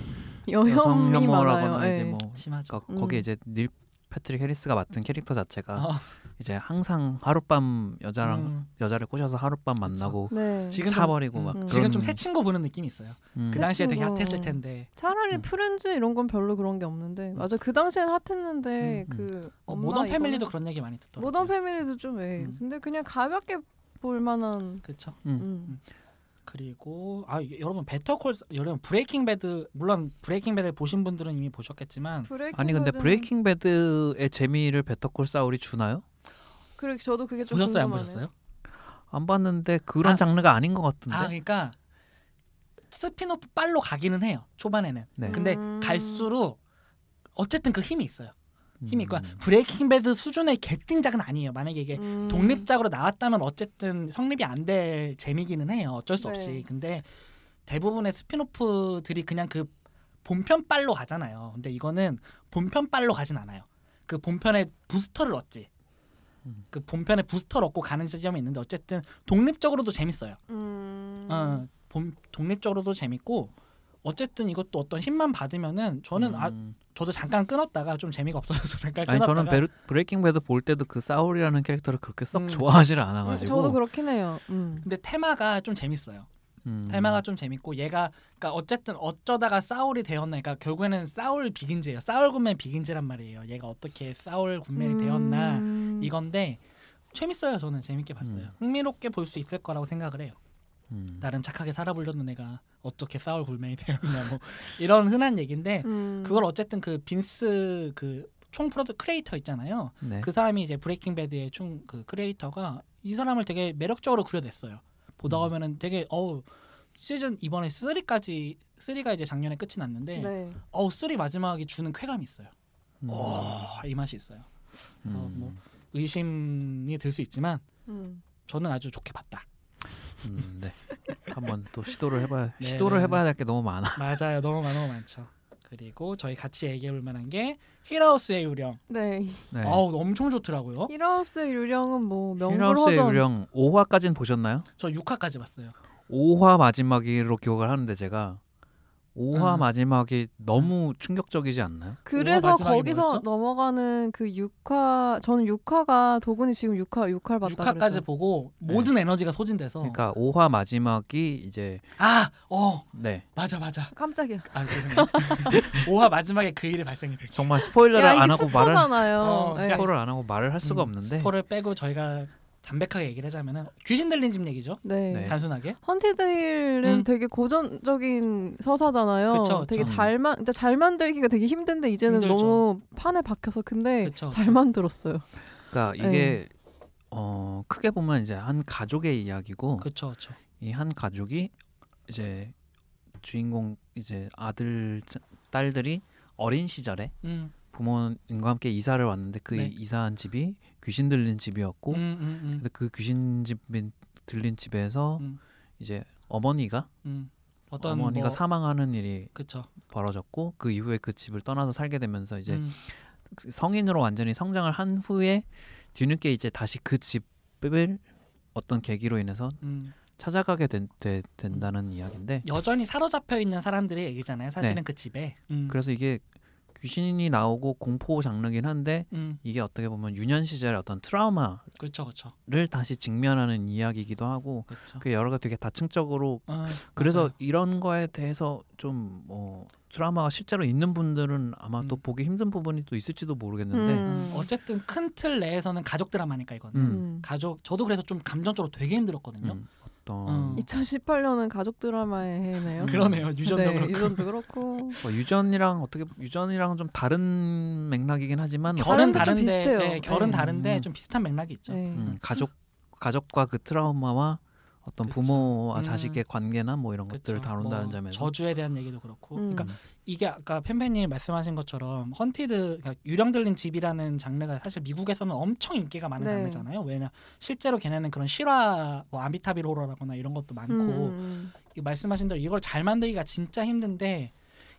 B: 여혐이
C: 여성
B: 많아요.
C: 혐오라거나 이제
B: 예.
C: 뭐
A: 심하죠.
C: 그러니까 거기
B: 음.
C: 이제 닐 패트릭 해리스가 맡은 캐릭터 자체가
A: 어,
C: 이제 항상 하룻밤 여자랑
A: 음.
C: 여자를 꼬셔서 하룻밤 만나고
B: 네.
A: 지금 좀-
C: 차버리고 막
A: 음.
C: 그런
A: 지금 좀 새 친구 보는 느낌이 있어요.
C: 음.
A: 그
B: 새
A: 당시에 되게
B: 친구.
A: 핫했을 텐데
B: 차라리
C: 음.
B: 프렌즈 이런 건 별로 그런 게 없는데 맞아 그 당시엔 핫했는데
C: 음, 음.
B: 그
A: 어,
B: 엄마
A: 모던
B: 이거는-
A: 패밀리도 그런 얘기 많이 듣더라고요.
B: 모던 패밀리도 좀 예.
A: 음.
B: 근데 그냥 가볍게 볼 만한
A: 그렇죠.
B: 음.
A: 그리고 아 여- 여러분 베터 콜 사- 여러분 브레이킹 배드 물론 브레이킹 배드 보신 분들은 이미 보셨겠지만
B: 브레이킹
C: 아니 근데
B: 배드는-
C: 브레이킹 배드의 재미를 베터콜 사울이 주나요?
B: 그래 저도 그게 좀
A: 보셨어요, 안
B: 궁금하네요.
A: 보셨어요?
C: 안 봤는데 그런
A: 아.
C: 장르가 아닌 것 같은데.
A: 아 그러니까 스피노프 빨로 가기는 해요 초반에는
C: 네.
A: 근데
B: 음.
A: 갈수록 어쨌든 그 힘이 있어요 힘이 있고
C: 음.
A: 브레이킹 배드 수준의 개띵작은 아니에요 만약에 이게
B: 음.
A: 예, 독립작으로 나왔다면 어쨌든 성립이 안 될 재미기는 해요 어쩔 수
B: 네.
A: 없이 근데 대부분의 스피노프들이 그냥 그 본편 빨로 가잖아요. 근데 이거는 본편 빨로 가진 않아요. 그 본편에 부스터를 얻지.
C: 음.
A: 그 본편에 부스터를 얻고 가는 지점이 있는데 어쨌든 독립적으로도 재밌어요.
B: 음.
A: 어, 본- 독립적으로도 재밌고 어쨌든 이것도 어떤 힘만 받으면은 저는 아,
C: 음.
A: 저도 잠깐 끊었다가 좀 재미가 없어서 잠깐
C: 아니
A: 끊었다가
C: 저는 베르, 브레이킹 배드 볼 때도 그 사울이라는 캐릭터를 그렇게 썩
A: 음.
C: 좋아하지를
B: 음,
C: 않아가지고
B: 저도 그렇긴 해요. 음.
A: 근데 테마가 좀 재밌어요.
C: 음.
A: 테마가 좀 재밌고 얘가 그러니까 어쨌든 어쩌다가 싸울이 되었나 그러니까 결국에는 싸울 비긴즈예요. 싸울 군맨 비긴즈란 말이에요. 얘가 어떻게 싸울 군맨이 되었나
B: 음.
A: 이건데 재밌어요. 저는 재밌게 봤어요.
C: 음.
A: 흥미롭게 볼 수 있을 거라고 생각을 해요.
C: 음.
A: 나름 착하게 살아보려는 애가 어떻게 싸울 군맨이 되었냐 뭐 이런 흔한 얘기인데
B: 음.
A: 그걸 어쨌든 그 빈스 그 총 프로듀 크리에이터 있잖아요.
C: 네.
A: 그 사람이 이제 브레이킹 배드의 총 그 크리에이터가 이 사람을 되게 매력적으로 그려냈어요. 보다
C: 음.
A: 보면은 되게 어우 시즌 이번에 3까지 3가 이제 작년에 끝이 났는데
B: 네.
A: 어우 3 마지막이 주는 쾌감이 있어요.
C: 음.
A: 와, 이 맛이 있어요. 그래서
C: 음.
A: 뭐 의심이 들 수 있지만
B: 음.
A: 저는 아주 좋게 봤다.
C: 음, 네. 한번 또 시도를 해봐야
A: 네.
C: 시도를 해봐야 될 게 너무 많아.
A: 맞아요. 너무 많아 너무 많죠. 그리고 저희 같이 얘기해 볼 만한 게 히라우스의 유령. 예.
B: 네.
C: 네.
A: 아, 어우 엄청 좋더라고요.
B: 히라우스 유령은 뭐
C: 히라우스의
B: 명불허전.
C: 유령 5화까지는 보셨나요?
A: 저 6화까지 봤어요.
C: 5화 마지막으로 기억을 하는데 제가 5화
A: 음.
C: 마지막이 너무 충격적이지 않나요?
A: 오화
B: 그래서
A: 마지막이
B: 거기서
A: 뭐였죠?
B: 넘어가는 그 6화 저는 6화가 도군이 지금 6화 6화를 봤다
A: 6화까지
B: 그랬어요.
A: 보고 모든 에너지가 소진돼서
C: 네. 그러니까 5화 마지막이 이제
A: 아, 어,
C: 네
A: 맞아, 맞아.
B: 깜짝이야.
A: 아, 죄송해요. 5화 마지막에 그 일이 발생이 됐죠.
C: 정말 스포일러를
B: 야,
C: 안
B: 이게
C: 하고 말을
B: 스포잖아요.
A: 어,
B: 네.
C: 스포를 안 하고 말을 할 수가
A: 음,
C: 없는데
A: 스포를 빼고 저희가 담백하게 얘기를 하자면은 귀신 들린 집 얘기죠.
B: 네.
C: 네.
A: 단순하게.
B: 헌티드힐은
A: 음.
B: 되게 고전적인 서사잖아요.
A: 그쵸, 그쵸.
B: 되게 잘만 진짜 잘 만들기가 되게 힘든데 이제는
A: 힘들죠.
B: 너무 판에 박혀서 근데
A: 그쵸,
B: 잘
A: 그쵸.
B: 만들었어요.
C: 그러니까
A: 네.
C: 이게 어 크게 보면 이제 한 가족의 이야기고
A: 그렇죠, 그렇죠.
C: 이 한 가족이 이제 주인공 이제 아들 딸들이 어린 시절에
A: 음,
C: 부모님과 함께 이사를 왔는데 그
A: 네.
C: 이사한 집이 귀신 들린 집이었고
A: 음, 음, 음,
C: 근데 그 귀신 집 들린 집에서
A: 음.
C: 이제 어머니가
A: 음. 어떤
C: 어머니가
A: 뭐,
C: 사망하는 일이
A: 그렇죠.
C: 벌어졌고 그 이후에 그 집을 떠나서 살게 되면서 이제
A: 음,
C: 성인으로 완전히 성장을 한 후에 뒤늦게 이제 다시 그 집을 어떤 계기로 인해서
A: 음.
C: 찾아가게 된, 되- 된다는 이야기인데
A: 여전히 사로잡혀 있는 사람들의 얘기잖아요. 사실은 그 집에. 음,
C: 네. 그래서 이게 귀신이 나오고 공포 장르긴 한데
A: 음,
C: 이게 어떻게 보면 유년 시절의 어떤 트라우마를
A: 그렇죠, 그렇죠,
C: 다시 직면하는 이야기이기도 하고
A: 그렇죠.
C: 그 여러 가지 되게 다층적으로
A: 어,
C: 그래서
A: 맞아요.
C: 이런 거에 대해서 좀 뭐 드라마가 실제로 있는 분들은 아마 또
A: 음.
C: 보기 힘든 부분이 또 있을지도 모르겠는데
A: 음, 어쨌든 큰 틀 내에서는 가족 드라마니까 이거는.
C: 음.
A: 가족 저도 그래서 좀 감정적으로 되게 힘들었거든요.
C: 음, 어떤
A: 음.
B: 2018년은 가족 드라마의 해네요.
A: 그러네요. 유전도
B: 네,
A: 그렇고.
B: 음. 유전도 그렇고.
C: 뭐 유전이랑 어떻게 유전이랑 좀 다른 맥락이긴 하지만
A: 결은
B: 다른데 음. 좀
A: 다른데
B: 비슷해요.
A: 네, 결은
C: 음.
A: 다른데 좀 비슷한 맥락이 있죠.
B: 네.
C: 음, 가족 가족과 그 트라우마와 어떤
A: 그쵸.
C: 부모와
A: 음.
C: 자식의 관계나 뭐 이런
A: 그쵸.
C: 것들을 다룬다는
A: 뭐
C: 점에서
A: 저주에 대한 얘기도 그렇고
B: 음.
A: 그러니까 이게 아까 팬팬님이 말씀하신 것처럼 헌티드 그러니까 유령 들린 집이라는 장르가 사실 미국에서는 엄청 인기가 많은
B: 네.
A: 장르잖아요 왜냐 실제로 걔네는 그런 실화 뭐 아미타빌 호러라거나 이런 것도 많고
B: 음,
A: 이 말씀하신 대로 이걸 잘 만들기가 진짜 힘든데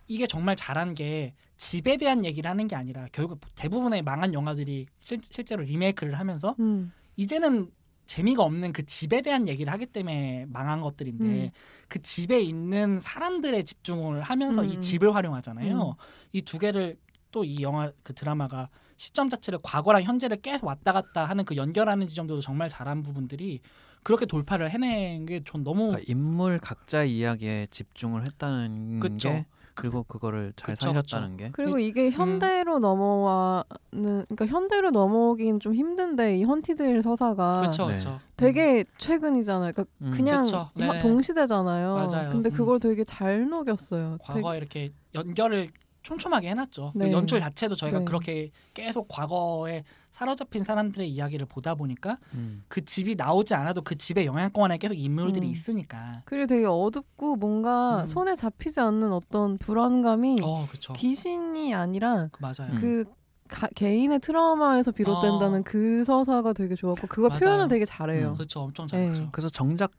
A: 이게 정말 잘한 게 집에 대한 얘기를 하는 게 아니라 결국 대부분의 망한 영화들이 실, 실제로 리메이크를 하면서
B: 음, 음.
A: 이제는 재미가 없는 그 집에 대한 얘기를 하기 때문에 망한 것들인데
B: 음.
A: 그 집에 있는 사람들의 집중을 하면서
B: 음.
A: 이 집을 활용하잖아요.
B: 음.
A: 이 두 개를 또 이 영화 그 드라마가 시점 자체를 과거랑 현재를 계속 왔다 갔다 하는 그 연결하는 지점도 정말 잘한 부분들이 그렇게 돌파를 해낸 게 전 너무
C: 그러니까 인물 각자의 이야기에 집중을 했다는
A: 그쵸.
C: 게 그리고 그거를 잘
A: 그쵸, 그쵸.
C: 살렸다는 게
B: 그리고 이게
A: 음.
B: 현대로 넘어와는 그러니까 현대로 넘어오긴 좀 힘든데 이 헌티드 서사가
A: 그렇죠,
C: 네.
A: 그렇죠.
B: 아, 되게 최근이잖아요. 그러니까
C: 음.
B: 그냥
A: 그쵸. 네.
B: 혀- 동시대잖아요.
A: 맞아요.
B: 근데
A: 음.
B: 그걸 되게 잘 녹였어요. 되게-
A: 과거에 이렇게 연결을 촘촘하게 해놨죠. 그
B: 네.
A: 연출 자체도 저희가
B: 네.
A: 그렇게 계속 과거에 사로잡힌 사람들의 이야기를 보다 보니까
C: 음.
A: 그 집이 나오지 않아도 그 집의 영향권 안에 계속 인물들이
B: 음.
A: 있으니까.
B: 그리고 되게 어둡고 뭔가
A: 음.
B: 손에 잡히지 않는 어떤 불안감이
A: 어, 그쵸.
B: 음. 귀신이 아니라
A: 그 맞아요.
C: 음.
B: 그 가- 개인의 트라우마에서 비롯된다는
A: 어.
B: 그 서사가 되게 좋았고 그걸
A: 맞아요. 음.
B: 표현을 되게 잘해요.
A: 그쵸, 엄청
B: 네.
A: 잘했죠.
C: 그래서 정작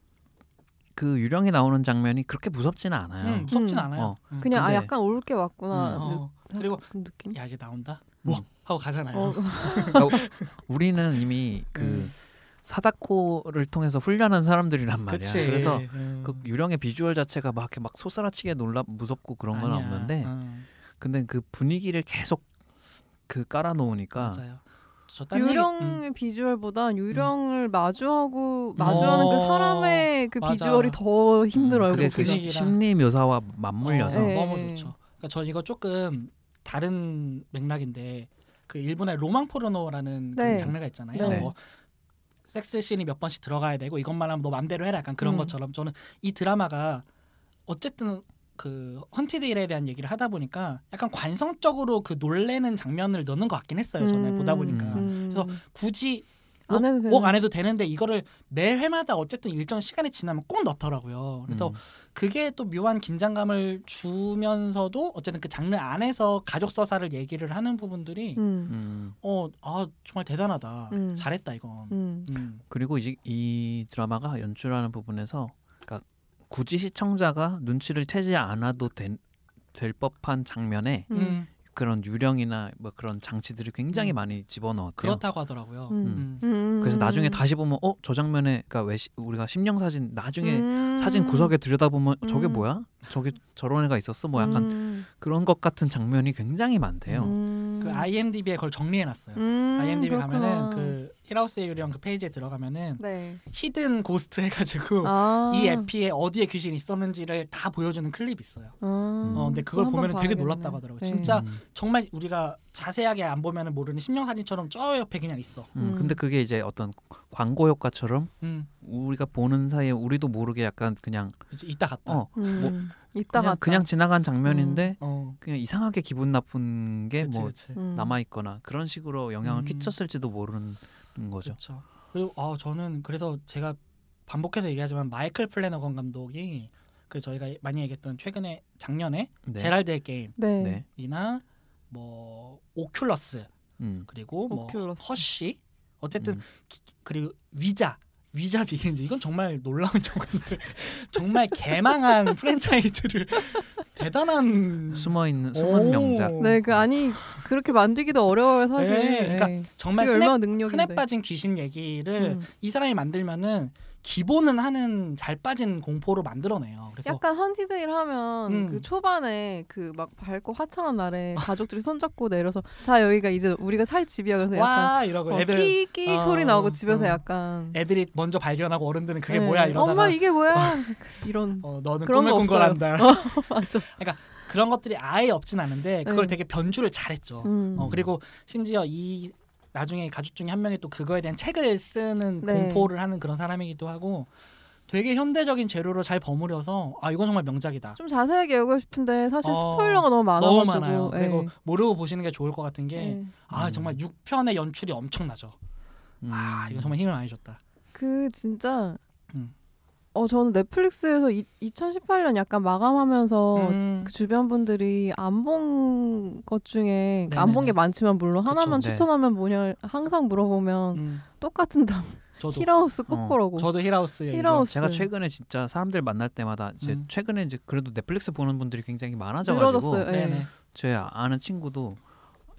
C: 그 유령이 나오는 장면이 그렇게 무섭지는 않아요.
A: 음, 무섭진
B: 음.
A: 않아요.
C: 어.
A: 음.
B: 그냥 아
C: 근데-
B: 약간 올 게 왔구나
C: 음.
A: 어, 그리고-
B: 그 느낌.
A: 야 이게 나온다.
C: 음.
A: 뭐 하고 가잖아요.
B: 어,
C: 그러니까 우리는 이미 그
A: 음.
C: 사다코를 통해서 훈련한 사람들이란 말이야.
A: 그치.
C: 래서
A: 음.
C: 그 유령의 비주얼 자체가 막 이렇게 막 소스라치게 놀라 무섭고 그런 건
A: 아니야.
C: 없는데
A: 음,
C: 근데 그 분위기를 계속 그 깔아놓으니까
A: 맞아요. 저딴 얘기- 음.
B: 유령의 비주얼보다 유령을 마주하고 마주하는 그
A: 어,
B: 사람의 그
A: 맞아.
B: 비주얼이 더 힘들어요.
C: 그게
A: 그리고
C: 그
A: 분위기랑.
C: 심리 묘사와 맞물려서 음.
A: 어,
B: 네.
A: 너무 좋죠. 그러니까 전 이거 조금 다른 맥락인데 그 일본의 로망 포르노라는
B: 네.
A: 그 장르가 있잖아요.
B: 네.
A: 뭐 섹스 씬이 몇 번씩 들어가야 되고 이것만 하면 너 맘대로 해라 약간 그런
B: 음.
A: 것처럼 저는 이 드라마가 어쨌든 그 헌티드일에 대한 얘기를 하다 보니까 약간 관성적으로 그 놀래는 장면을 넣는 것 같긴 했어요. 전에
B: 음,
A: 보다 보니까
B: 음.
A: 그래서 굳이
B: 안 해도 되는.
A: 꼭 안 해도 되는데 이거를 매 회마다 어쨌든 일정 시간이 지나면 꼭 넣더라고요. 그래서 그게 또 묘한 긴장감을 주면서도 어쨌든 그 장르 안에서 가족 서사를 얘기를 하는 부분들이
B: 음,
C: 음.
A: 어 아 정말 대단하다
B: 음.
A: 잘했다 이건
B: 음.
A: 음.
C: 그리고 이제 이 드라마가 연출하는 부분에서 그러니까 굳이 시청자가 눈치를 채지 않아도 된- 될 법한 장면에
B: 음.
A: 음,
C: 그런 유령이나 뭐 그런 장치들을 굉장히
A: 음.
C: 많이 집어넣었대요.
A: 그렇다고 하더라고요
B: 음.
A: 음.
B: 음.
C: 그래서 나중에 다시 보면 어 저 장면에 그러니까 왜 시- 우리가 심령 사진 나중에
B: 음.
C: 사진 구석에 들여다 보면 어, 저게
B: 음.
C: 뭐야? 저게 저런 애가 있었어? 뭐 약간
B: 음.
C: 그런 것 같은 장면이 굉장히 많대요.
B: 음.
A: 그 IMDb에 그걸 정리해놨어요
B: 음,
A: IMDb 가면은
B: 그렇구나.
A: 그 힐하우스의 유령 그 페이지에 들어가면은
B: 네.
A: 히든 고스트 해가지고
B: 아.
A: 그 이 에피에 어디에 귀신이 있었는지를 다 보여주는 클립이 있어요
B: 아.
A: 어, 근데 그걸
B: 한번
A: 보면은 되게
B: 봐야겠네.
A: 놀랍다고 하더라고요.
B: 네.
A: 진짜
C: 음.
A: 정말 우리가 자세하게 안 보면은 모르는 심령 사진처럼 저 옆에 그냥 있어
C: 음,
B: 음.
C: 근데 그게 이제 어떤 광고 효과처럼
A: 음.
C: 우리가 보는 사이에 우리도 모르게 약간 그냥
A: 이제 이따 갔다
C: 어
A: 뭐
B: 음. 이따
C: 그냥,
B: 갔다.
C: 그냥 지나간 장면인데
A: 어.
C: 그냥 이상하게 기분 나쁜 게
A: 그치,
C: 뭐
A: 그치.
B: 음.
C: 남아 있거나 그런 식으로 영향을
A: 음.
C: 끼쳤을지도 모르는 거죠.
A: 그렇죠. 그리고 아 저는 그래서 제가 반복해서 얘기하지만 마이클 플래너건 감독이 그 저희가 많이 얘기했던 최근에 작년에
C: 네.
A: 제랄드의 게임이나
B: 네.
C: 네.
A: 뭐 오큘러스
C: 음.
A: 그리고 뭐
B: 오큘러스.
A: 허쉬 어쨌든
C: 음.
A: 기- 그리고 위자 위자 비긴즈 이건 정말 놀라운 조건들 정말 개망한 프랜차이즈를 대단한
C: 음. 숨어 있는 숨은
A: 오.
C: 명작. 음.
B: 네, 그 아니 그렇게 만들기도 어려워요 사실.
A: 음. 네, 그러니까 정말
B: 게
A: 흔해,
B: 얼마나 능력인데.
A: 흔해 빠진 귀신 얘기를
B: 음.
A: 이 사람이 만들면은 기본은 하는 잘 빠진 공포로 만들어내요. 그래서
B: 약간 헌티데이를 하면
A: 음.
B: 그 초반에 그 막 밝고 화창한 날에 가족들이 손잡고 내려서 자 여기가 이제 우리가 살 집이야 그래서 약간
A: 와 이러고
B: 어,
A: 애들
B: 끼익끼익
A: 어,
B: 소리 나오고 집에서
A: 어.
B: 약간
A: 애들이 먼저 발견하고 어른들은 그게
B: 네.
A: 뭐야 이러다가
B: 엄마 이게 뭐야 이런
A: 어, 너는
B: 그런
A: 꿈을
B: 거
A: 꾼
B: 없어요.
A: 거란다.
B: 맞아.
A: 그런 것들이 아예 없진 않은데 그걸
B: 네.
A: 되게 변주를 잘했죠.
B: 음.
A: 어, 그리고 심지어 이 나중에 가족 중에 한 명이 또 그거에 대한 책을 쓰는
B: 네.
A: 공포를 하는 그런 사람이기도 하고 되게 현대적인 재료로 잘 버무려서 아 이건 정말 명작이다.
B: 좀 자세하게 얘기하고 싶은데 사실
A: 어,
B: 스포일러가 너무 많아가지고.
A: 너무 많아요.
B: 예.
A: 그리고 모르고 보시는 게 좋을 것 같은 게
B: 예.
A: 아
C: 음.
A: 정말 6편의 연출이 엄청나죠.
C: 음.
A: 아 이거 정말 힘을 많이 줬다.
B: 그 진짜
A: 음.
B: 어 저는 넷플릭스에서 이, 2018년 약간 마감하면서
A: 음,
B: 그 주변 분들이 안 본 것 중에
A: 네네네.
B: 안 본 게 많지만 물론
A: 그쵸,
B: 하나만
C: 네.
B: 추천하면 뭐냐 항상 물어보면
A: 음,
B: 똑같은 답
A: 저도 어.
B: 히라우스 코코로고
A: 저도 히라우스 얘기.
B: 히라우스 네.
C: 제가 최근에 진짜 사람들 만날 때마다 이제
A: 음.
C: 최근에 이제 그래도 넷플릭스 보는 분들이 굉장히 많아져가지고
B: 늘어졌어요. 예.
A: 네네.
C: 제 아는 친구도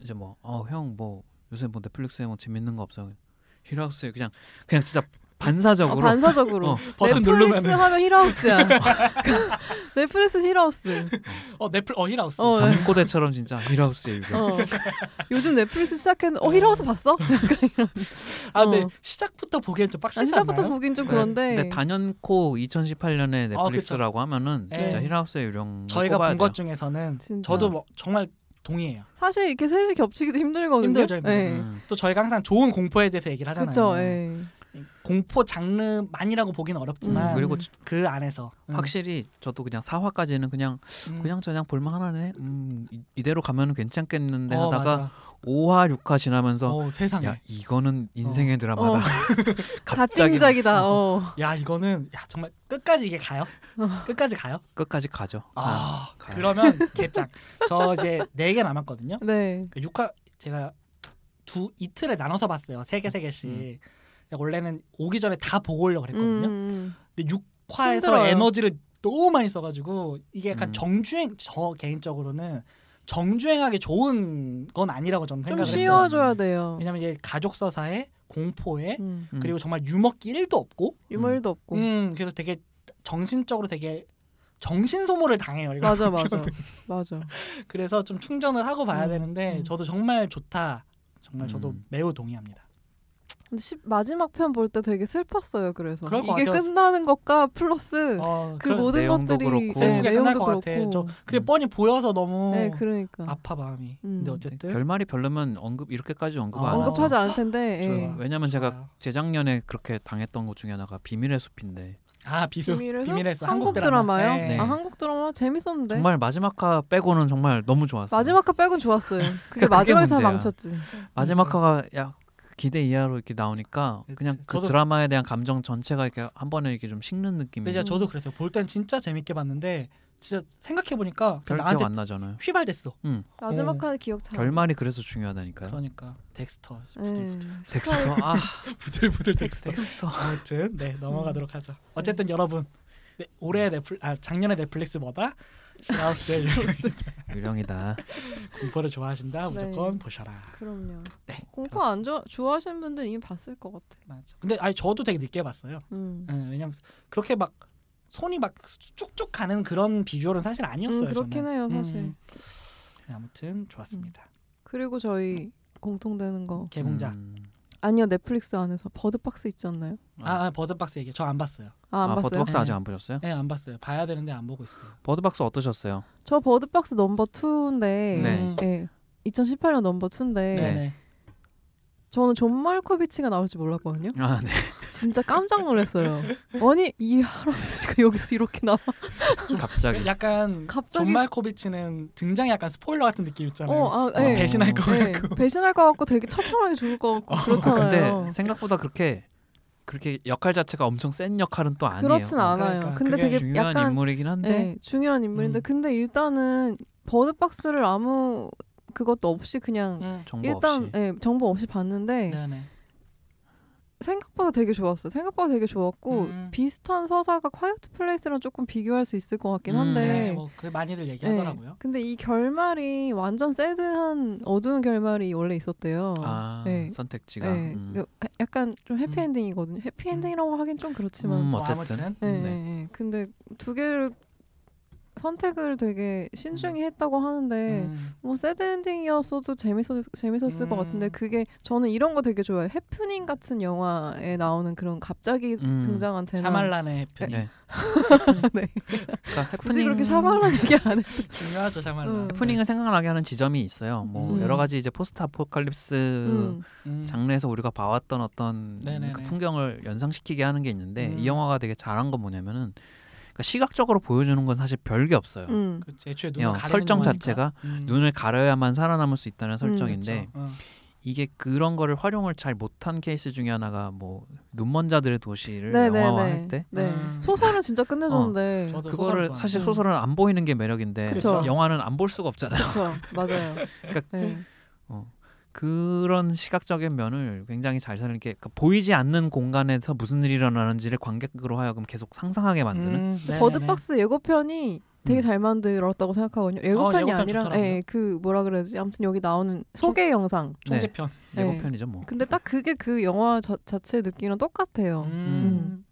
C: 이제 뭐어형 뭐 요새 뭐 넷플릭스에 뭐 재밌는 거 없어요. 히라우스에 그냥 그냥 진짜
B: 아,
C: 반사적으로
B: 반사적으로
C: 어,
A: 버튼
B: 넷플릭스
A: 누르면은
B: 하면 히라우스야 넷플릭스 히라우스
A: 어 넷플 어 히라우스.
B: 어, 예.
C: 잠꼬대처럼 진짜 히라우스에 이거.
B: 어. 요즘 넷플릭스 시작했는데 어 히라우스 봤어?
A: 아 근데
B: 어.
A: 시작부터 보기엔 좀 빡세지
B: 아, 시작부터
A: 않나요?
B: 보긴 좀
C: 네.
B: 그런데
C: 근데 단연코 2018년에
A: 어,
C: 넷플릭스라고 하면은
A: 네.
C: 진짜 히라우스의 유령
A: 저희가 본 것 중에서는
B: 진짜.
A: 저도 뭐, 정말 동의해요.
B: 사실 이렇게 셋이 겹치기도 힘들거든요.
A: 힘들죠, 힘들죠.
B: 예.
C: 음.
A: 또 저희가 항상 좋은 공포에 대해서 얘기를 하잖아요.
B: 그렇죠. 예.
A: 공포 장르만이라고 보기는
B: 음.
A: 어렵지만
C: 그리고
A: 그 안에서 음,
C: 확실히 저도 그냥 4화까지는 그냥
A: 음.
C: 그냥 저냥 볼만하네. 음 이- 이대로 가면 괜찮겠는데
A: 어,
C: 하다가
A: 맞아.
C: 5화 6화 지나면서
A: 어, 세상에
C: 야
A: 야.
C: 이거는 인생의 드라마다.
B: 어.
C: 갑자기
B: 갓띵작이다. 어.
A: 이거는 야 정말 끝까지 이게 가요? 끝까지 가요?
C: 끝까지 가죠.
A: 아,
C: 가요.
A: 그러면 개짱. 저 이제 네 개 남았거든요.
B: 네.
A: 6화 그 제가 두 이틀에 나눠서 봤어요. 세 개 세 개씩. 그러니까
C: 음.
A: 원래는 오기 전에 다 보고 오려고 그랬거든요.
B: 음.
A: 근데 6 과에서
B: 힘들어요.
A: 에너지를 너무 많이 써가지고 이게 약간
C: 음.
A: 정주행 저 개인적으로는 정주행하기 좋은 건 아니라고 저는
B: 좀
A: 생각을 했어요. 음.
B: 쉬워줘야 돼요.
A: 왜냐면 이게 가족 서사에 공포에
B: 음.
C: 음.
A: 그리고 정말 유머기 1도 없고
B: 유머일도 없고.
A: 음 그래서 되게 정신적으로 되게 정신 소모를 당해요. 이거.
B: 맞아 맞아 맞아.
A: 그래서 좀 충전을 하고 봐야
B: 음,
A: 되는데
B: 음.
A: 저도 정말 좋다. 정말 저도
C: 음.
A: 매우 동의합니다.
B: 근데 시- 마지막 편 볼 때 되게 슬펐어요. 그래서
A: 그럴 것
B: 이게
A: 같아요.
B: 끝나는 것과 플슬러스
A: 어,
B: 그
A: 그런-
B: 모든
C: 내용도
B: 것들이
C: 그렇고.
B: 네,
A: 슬프게 끝날
B: 내용도
A: 것 같아.
B: 그렇고.
A: 저- 그게
C: 음.
A: 뻔히 보여서 너무
B: 네 그러니까
A: 아파 마음이.
B: 음.
A: 근데 어쨌든
C: 결말이 별로면 언급 이렇게까지 언급
A: 네? 아,
C: 안 하죠. 네.
B: 언급하지 않을 텐데.
A: 좋아요.
B: 예.
C: 왜냐면 제가
A: 좋아요.
C: 재작년에 그렇게 당했던 것 중에 하나가 비밀의 숲인데
A: 아 비수
B: 비밀에서?
A: 비밀에서
B: 한국,
A: 한국 드라마.
B: 드라마요?
A: 네.
C: 네.
B: 아 한국 드라마 재밌었는데.
C: 정말 마지막 화 빼고는 정말 너무 좋았어요.
B: 마지막 화 빼곤 좋았어요. 그게
C: 그게
B: 마지막에서
C: 문제야.
B: 망쳤지.
C: 마지막 화가 야 기대 이하로 이렇게 나오니까
A: 그치.
C: 그냥그
A: 저도-
C: 드라마에 대한 감정 전체가 이렇게 한 번에 이렇게 좀 식는 느낌이
A: 근데 진짜 저도 그랬어요. 볼 땐 진짜 재밌게 봤는데 진짜 생각해 보니까 그
C: 별 기억
A: 나한테
C: 안 나잖아요.
A: 휘발됐어.
B: 마지막
A: 네.
B: 화 기억 잘.
C: 결말이 그래서 중요하다니까요.
A: 그러니까 덱스터
B: 예.
A: 부들부들
C: 텍스터 아
A: 부들부들 덱스터.
C: 텍스터
A: 아무튼 네 넘어가도록 하죠.
B: 음.
A: 어쨌든 여러분 네,
C: 음.
A: 올해 넷플 아 작년에 넷플릭스 뭐다 라우스
C: 유령이다.
A: 공포를 좋아하신다 무조건
B: 네.
A: 보셔라.
B: 그럼요.
A: 네,
B: 공포 안 좋아 좋아하시는 분들 이미 봤을 것 같아.
A: 맞아. 근데 아니 저도 되게 늦게 봤어요.
B: 음.
A: 예, 왜냐면 그렇게 막 손이 막 쭉쭉 가는 그런 비주얼은 사실 아니었어요.
B: 음, 그렇긴
A: 저는.
B: 해요, 사실. 음.
A: 네, 아무튼 좋았습니다.
B: 그리고 저희 공통되는 거
A: 개봉작.
C: 음.
B: 아니요 넷플릭스 안에서 버드박스 있지 않나요?
A: 아, 아 버드박스 얘기. 저 안 봤어요.
B: 아 안
C: 아,
B: 봤어요.
C: 버드박스 아직
A: 네.
C: 안 보셨어요?
A: 예, 안 봤어요. 봐야 되는데 안 보고 있어요.
C: 버드박스 어떠셨어요?
B: 저 버드박스 넘버 2인데
C: 네.
A: 음.
B: 예. 2018년 넘버 2인데
A: 네.
C: 네.
A: 네.
B: 저는 존 말코비치가 나올 줄 몰랐거든요.
C: 아 네.
B: 진짜 깜짝 놀랐어요. 아니 이 할아버지가 여기서 이렇게 나와.
C: 갑자기
A: 약간
B: 갑자기-
A: 존 말코비치는 등장이 약간 스포일러 같은 느낌 있잖아요.
B: 어, 아,
A: 막
B: 예.
A: 배신할 것
B: 예,
A: 같고.
B: 배신할 것 같고 되게 처참하게 죽을 것 같고
C: 아,
B: 그렇잖아요.
C: 근데 생각보다 그렇게 그렇게 역할 자체가 엄청 센 역할은 또 아니에요. 어,
B: 그렇진 않아요.
A: 그러니까
B: 근데
A: 그게
B: 되게
C: 중요한
B: 약간
C: 인물이긴 한데
B: 네, 중요한 인물인데
A: 음.
B: 근데 일단은 버드박스를 아무 그것도 없이 그냥
A: 음.
C: 정보
B: 일단
C: 없이
B: 예, 정보 없이 봤는데
A: 네네.
B: 생각보다 되게 좋았어요. 생각보다 되게 좋았고
A: 음.
B: 비슷한 서사가 콰이어트 플레이스랑 조금 비교할 수 있을 것 같긴
C: 음,
B: 한데
A: 네, 뭐 그 많이들 얘기하더라고요.
B: 예, 근데 이 결말이 완전 새드한 어두운 결말이 원래 있었대요.
C: 아
B: 예.
C: 선택지가
A: 그러니까.
B: 예,
C: 음.
B: 그 해- 약간 좀
A: 음.
B: 해피엔딩이거든요. 해피엔딩이라고 하긴 좀 그렇지만
C: 음,
A: 뭐
C: 어쨌든
B: 예,
A: 음,
C: 네.
B: 예, 예. 근데 두 개를 선택을 되게 신중히 했다고 하는데
A: 음.
B: 뭐 새드 엔딩이었어도 재밌었 재밌었을 것 같은데
A: 음.
B: 그게 저는 이런 거 되게 좋아해요. 해프닝 같은 영화에 나오는 그런 갑자기
C: 음.
B: 등장한 재난.
A: 샤말란의 해프닝.
C: 네.
B: 네.
C: 그러니까
B: 굳이
C: 해프닝
B: 그렇게 샤말란 얘기 안 해.
A: 중요하죠 샤말란.
B: 음.
C: 해프닝을 생각나게 하는 지점이 있어요. 뭐
A: 음.
C: 여러 가지 이제 포스트 아포칼립스
B: 음.
A: 음.
C: 장르에서 우리가 봐왔던 어떤
A: 네네네.
C: 그 풍경을 연상시키게 하는 게 있는데
A: 음.
C: 이 영화가 되게 잘한 건 뭐냐면은 그러니까 시각적으로 보여주는 건 사실 별게
A: 그렇죠.
C: 없어요.
B: 음.
A: 그치, 애초에 눈을
C: 어,
A: 가리는
C: 설정
A: 거니까.
C: 자체가
A: 음.
C: 눈을 가려야만 살아남을
B: 음,
C: 수 있다는 설정인데
A: 그쵸. 어.
C: 이게 그런 거를 활용을 잘 못한 케이스 중에 하나가 뭐 눈먼자들의 도시를 영화화할 때
B: 네.
A: 음. 어,
B: 소설은 진짜 끝내줬는데.
A: 저도
C: 그거를
A: 소설
C: 사실
A: 좋아하는데.
C: 소설은 안 보이는 게 매력인데
B: 그쵸.
C: 영화는 안 볼 수가 없잖아요.
B: 그렇죠. 맞아요.
C: 그러니까
B: 네.
C: 그런 시각적인 면을 굉장히 잘 사는 게 그러니까 보이지 않는 공간에서 무슨 일이 일어나는지를 관객으로 하여금 계속 상상하게 만드는
A: 음, 네네네. 어,
B: 버드박스 예고편이 되게
C: 음.
B: 잘 만들었다고 생각하거든요. 예고편이
A: 예고편
B: 아니라
A: 좋더라고요.
B: 예, 그 뭐라 그러지? 아무튼 여기 나오는 소개 영상.
A: 총재편.
B: 네.
C: 예고편이죠 뭐.
B: 근데 딱 그게 그 영화 자, 자체 느낌이랑 똑같아요.
A: 음.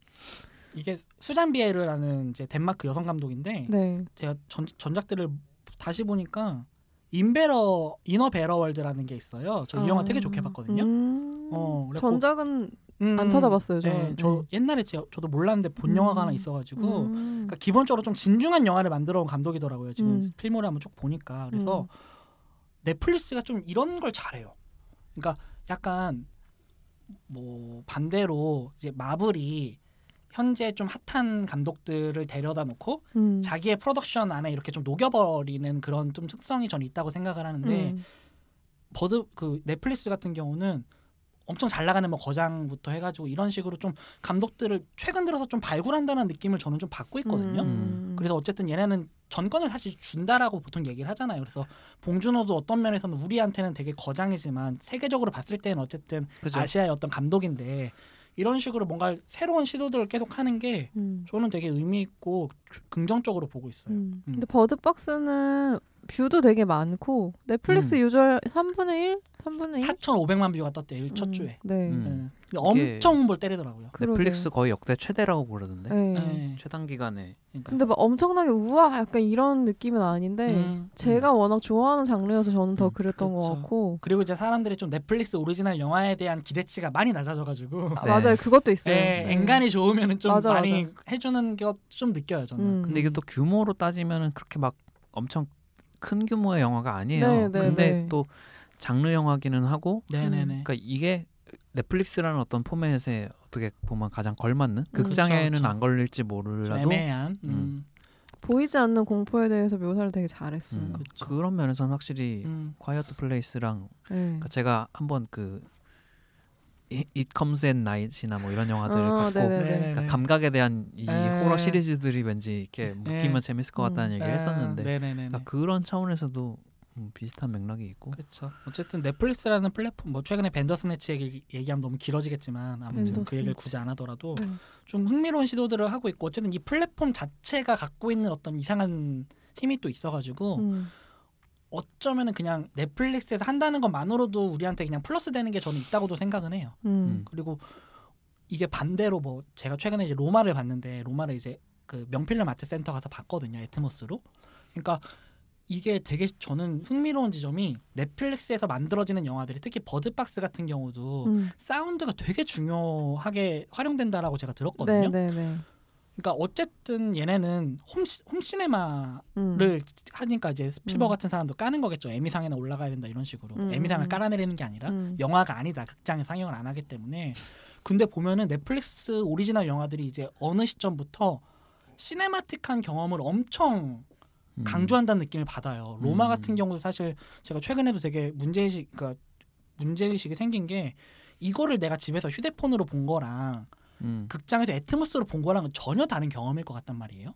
A: 이게 수잔 비에르라는 이제 덴마크 여성 감독인데
B: 네.
A: 제가 전, 전작들을 다시 보니까 인베러 이너 베러월드라는 게 있어요. 저 이
B: 아.
A: 영화 되게 좋게 봤거든요.
B: 음.
A: 어, 그래갖고-
B: 전작은
A: 음.
B: 안 찾아봤어요, 저는.
A: 네, 저 옛날에 제, 저도 몰랐는데 본
B: 음.
A: 영화가 하나 있어가지고
B: 음.
A: 그러니까 기본적으로 좀 진중한 영화를 만들어 온 감독이더라고요. 지금
B: 음.
A: 필모를 한번 쭉 보니까 그래서
B: 음.
A: 넷플릭스가 좀 이런 걸 잘해요. 그러니까 약간 뭐 반대로 이제 마블이 현재 좀 핫한 감독들을 데려다 놓고
B: 음.
A: 자기의 프로덕션 안에 이렇게 좀 녹여버리는 그런 좀 특성이 전 있다고 생각을 하는데
B: 음.
A: 버드 그 넷플릭스 같은 경우는 엄청 잘 나가는 뭐 거장부터 해가지고 이런 식으로 좀 감독들을 최근 들어서 좀 발굴한다는 느낌을 저는 좀 받고 있거든요.
B: 음.
A: 그래서 어쨌든 얘네는 전권을 사실 준다라고 보통 얘기를 하잖아요. 그래서 봉준호도 어떤 면에서는 우리한테는 되게 거장이지만 세계적으로 봤을 때는 어쨌든
C: 그죠.
A: 아시아의 어떤 감독인데 이런 식으로 뭔가 새로운 시도들을 계속 하는 게
B: 음.
A: 저는 되게 의미 있고 긍정적으로 보고 있어요.
B: 음. 근데 버드박스는 뷰도 되게 많고 넷플릭스
C: 음.
B: 유저 3분의 1? 3분의 1?
A: 4,500만 뷰가 떴대 요첫
B: 네. 음,
A: 주에.
B: 네.
C: 음.
A: 음. 근데
C: 이게-
A: 엄청 홍보를 때리더라고요.
B: 그러게.
C: 넷플릭스 거의 역대 최대라고 그러던데.
B: 네.
A: 네.
C: 최단 기간에
A: 그러니까.
B: 근데 막 엄청나게 우와 약간 이런 느낌은 아닌데
A: 음,
B: 제가 워낙 좋아하는 장르여서 저는 더
C: 음,
B: 그랬던
A: 그렇죠.
B: 것 같고
A: 그리고 이제 사람들이 좀 넷플릭스 오리지널 영화에 대한 기대치가 많이 낮아져가지고
B: 아,
C: 네.
B: 맞아요 그것도 있어요.
A: 네, 엔간이 좋으면은 좀
B: 맞아,
A: 많이 해주는 게 좀 느껴요 저는.
B: 음.
C: 근데 이게 또 규모로 따지면은 그렇게 막 엄청 큰 규모의 영화가 아니에요.
B: 네, 네,
C: 근데
B: 네.
C: 또 장르 영화기는 하고
A: 네네네.
C: 그러니까 이게 넷플릭스라는 어떤 포맷에 어떻게 보면 가장 걸맞는
A: 그쵸,
C: 극장에는
B: 그렇죠.
A: 그쵸.
C: 안 걸릴지
A: 좀
C: 모르라도
A: 애매한. 음.
B: 보이지 않는 공포에 대해서 묘사를 되게 잘했어요.
C: 음,
A: 그쵸.
C: 그런 면에서는 확실히
A: 음.
C: 콰이어트 플레이스랑
B: 네.
C: 그러니까 제가 한번 그 이- It Comes at Night이나 뭐 이런 영화들을
B: 아,
C: 봤고
B: 네네. 네네네.
C: 그러니까 감각에 대한 이
A: 네.
C: 호러 시리즈들이 왠지 이렇게 묶이면
A: 네.
C: 재밌을 것 같다는 얘기를 했었는데
A: 네네네.
C: 그러니까 그런 차원에서도 음, 비슷한 맥락이 있고
A: 그렇죠. 어쨌든 넷플릭스라는 플랫폼 뭐 최근에 벤더스네치 얘기 얘기하면 너무 길어지겠지만 아무튼 그
B: 벤더스네치.
A: 얘기를 굳이 안 하더라도
B: 네.
A: 좀 흥미로운 시도들을 하고 있고 어쨌든 이 플랫폼 자체가 갖고 있는 어떤 이상한 힘이 또 있어가지고
B: 음.
A: 어쩌면은 그냥 넷플릭스에서 한다는 것만으로도 우리한테 그냥 플러스 되는 게 저는 있다고도 생각은 해요.
B: 음.
A: 그리고 이게 반대로 뭐 제가 최근에 이제 로마를 봤는데 로마를 이제 그 명필름 아트 센터 가서 봤거든요 애트모스로 그러니까 이게 되게 저는 흥미로운 지점이 넷플릭스에서 만들어지는 영화들이 특히 버드박스 같은 경우도
B: 음.
A: 사운드가 되게 중요하게 활용된다라고 제가 들었거든요
B: 네네네.
A: 그러니까 어쨌든 얘네는 홈시, 홈시네마를
B: 음.
A: 하니까 이제 스피버
B: 음.
A: 같은 사람도 까는 거겠죠 에미상에나 올라가야 된다 이런 식으로
B: 음,
A: 에미상을
B: 음.
A: 깔아내리는 게 아니라
B: 음.
A: 영화가 아니다 극장에 상영을 안 하기 때문에 근데 보면은 넷플릭스 오리지널 영화들이 이제 어느 시점부터 시네마틱한 경험을 엄청
C: 음.
A: 강조한다는 느낌을 받아요 로마
C: 음.
A: 같은 경우도 사실 제가 최근에도 되게 문제의식 그러니까 문제의식이 생긴 게 이거를 내가 집에서 휴대폰으로 본 거랑
C: 음.
A: 극장에서 애트모스로 본 거랑은 전혀 다른 경험일 것 같단 말이에요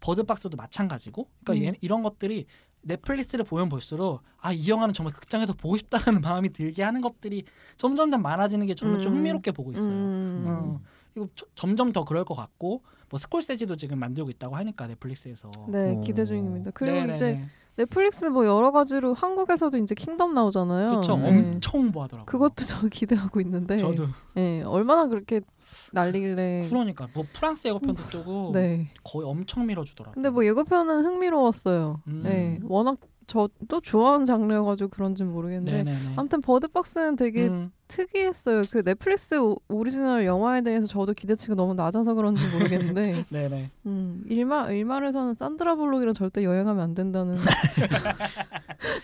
A: 버드박스도 마찬가지고 그러니까
B: 음.
A: 얘- 이런 것들이 넷플릭스를 보면 볼수록 아 이 영화는 정말 극장에서 보고 싶다는 마음이 들게 하는 것들이 점점점 많아지는 게 저는 좀
B: 음.
A: 흥미롭게 보고 있어요.
B: 음.
A: 음. 그리고 저- 점점 더 그럴 것 같고 뭐 스콜세지도 지금 만들고 있다고 하니까 넷플릭스에서.
B: 네
C: 오.
B: 기대 중입니다. 그리고
A: 네네네.
B: 이제 넷플릭스 뭐 여러 가지로 한국에서도 이제 킹덤 나오잖아요.
A: 그쵸
C: 네.
A: 엄청 홍보하더라고요.
B: 그것도 저 기대하고 있는데.
A: 저도
B: 예, 얼마나 그렇게 날리길래.
A: 그러니까 뭐 프랑스 예고편도 뜨고
B: 네.
A: 거의 엄청 밀어주더라고요.
B: 근데 뭐 예고편은 흥미로웠어요.
A: 음.
B: 예, 워낙 저도 좋아하는 장르여가지고 그런지 모르겠는데.
A: 네네네.
B: 아무튼 버드박스는 되게
A: 음.
B: 특이했어요. 그 넷플릭스 오- 오리지널 영화에 대해서 저도 기대치가 너무 낮아서 그런지 모르겠는데,
A: 네네.
B: 음, 일말 일말에서는 산드라 볼록이랑 절대 여행하면 안 된다는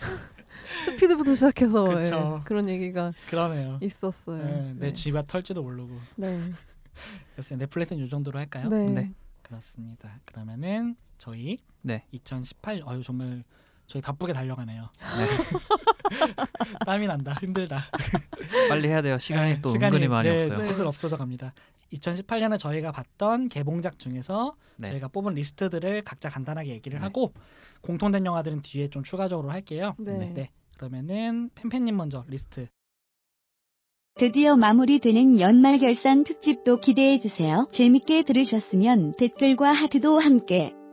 B: 스피드부터 시작해서
A: 그쵸.
B: 예, 그런 얘기가
A: 그러네요.
B: 있었어요.
A: 네, 내 쥐가 털지도 모르고.
B: 네.
A: 글쎄 넷플릭스는 이 정도로 할까요?
B: 네.
C: 네.
A: 그렇습니다. 그러면은 저희
C: 네.
A: 2018 아유 정말 저희 바쁘게 달려가네요. 땀이 난다. 힘들다.
C: 빨리 해야 돼요. 시간이
A: 네,
C: 또
A: 시간이,
C: 은근히 많이
A: 네,
C: 없어요.
B: 네.
A: 슬슬 없어져 갑니다. 2018년에 저희가 봤던 개봉작 중에서
C: 네.
A: 저희가 뽑은 리스트들을 각자 간단하게 얘기를
C: 네.
A: 하고 공통된 영화들은 뒤에 좀 추가적으로 할게요.
B: 네.
A: 네. 그러면은 팬팬님 먼저 리스트.
D: 드디어 마무리되는 연말 결산 특집도 기대해주세요. 재밌게 들으셨으면 댓글과 하트도 함께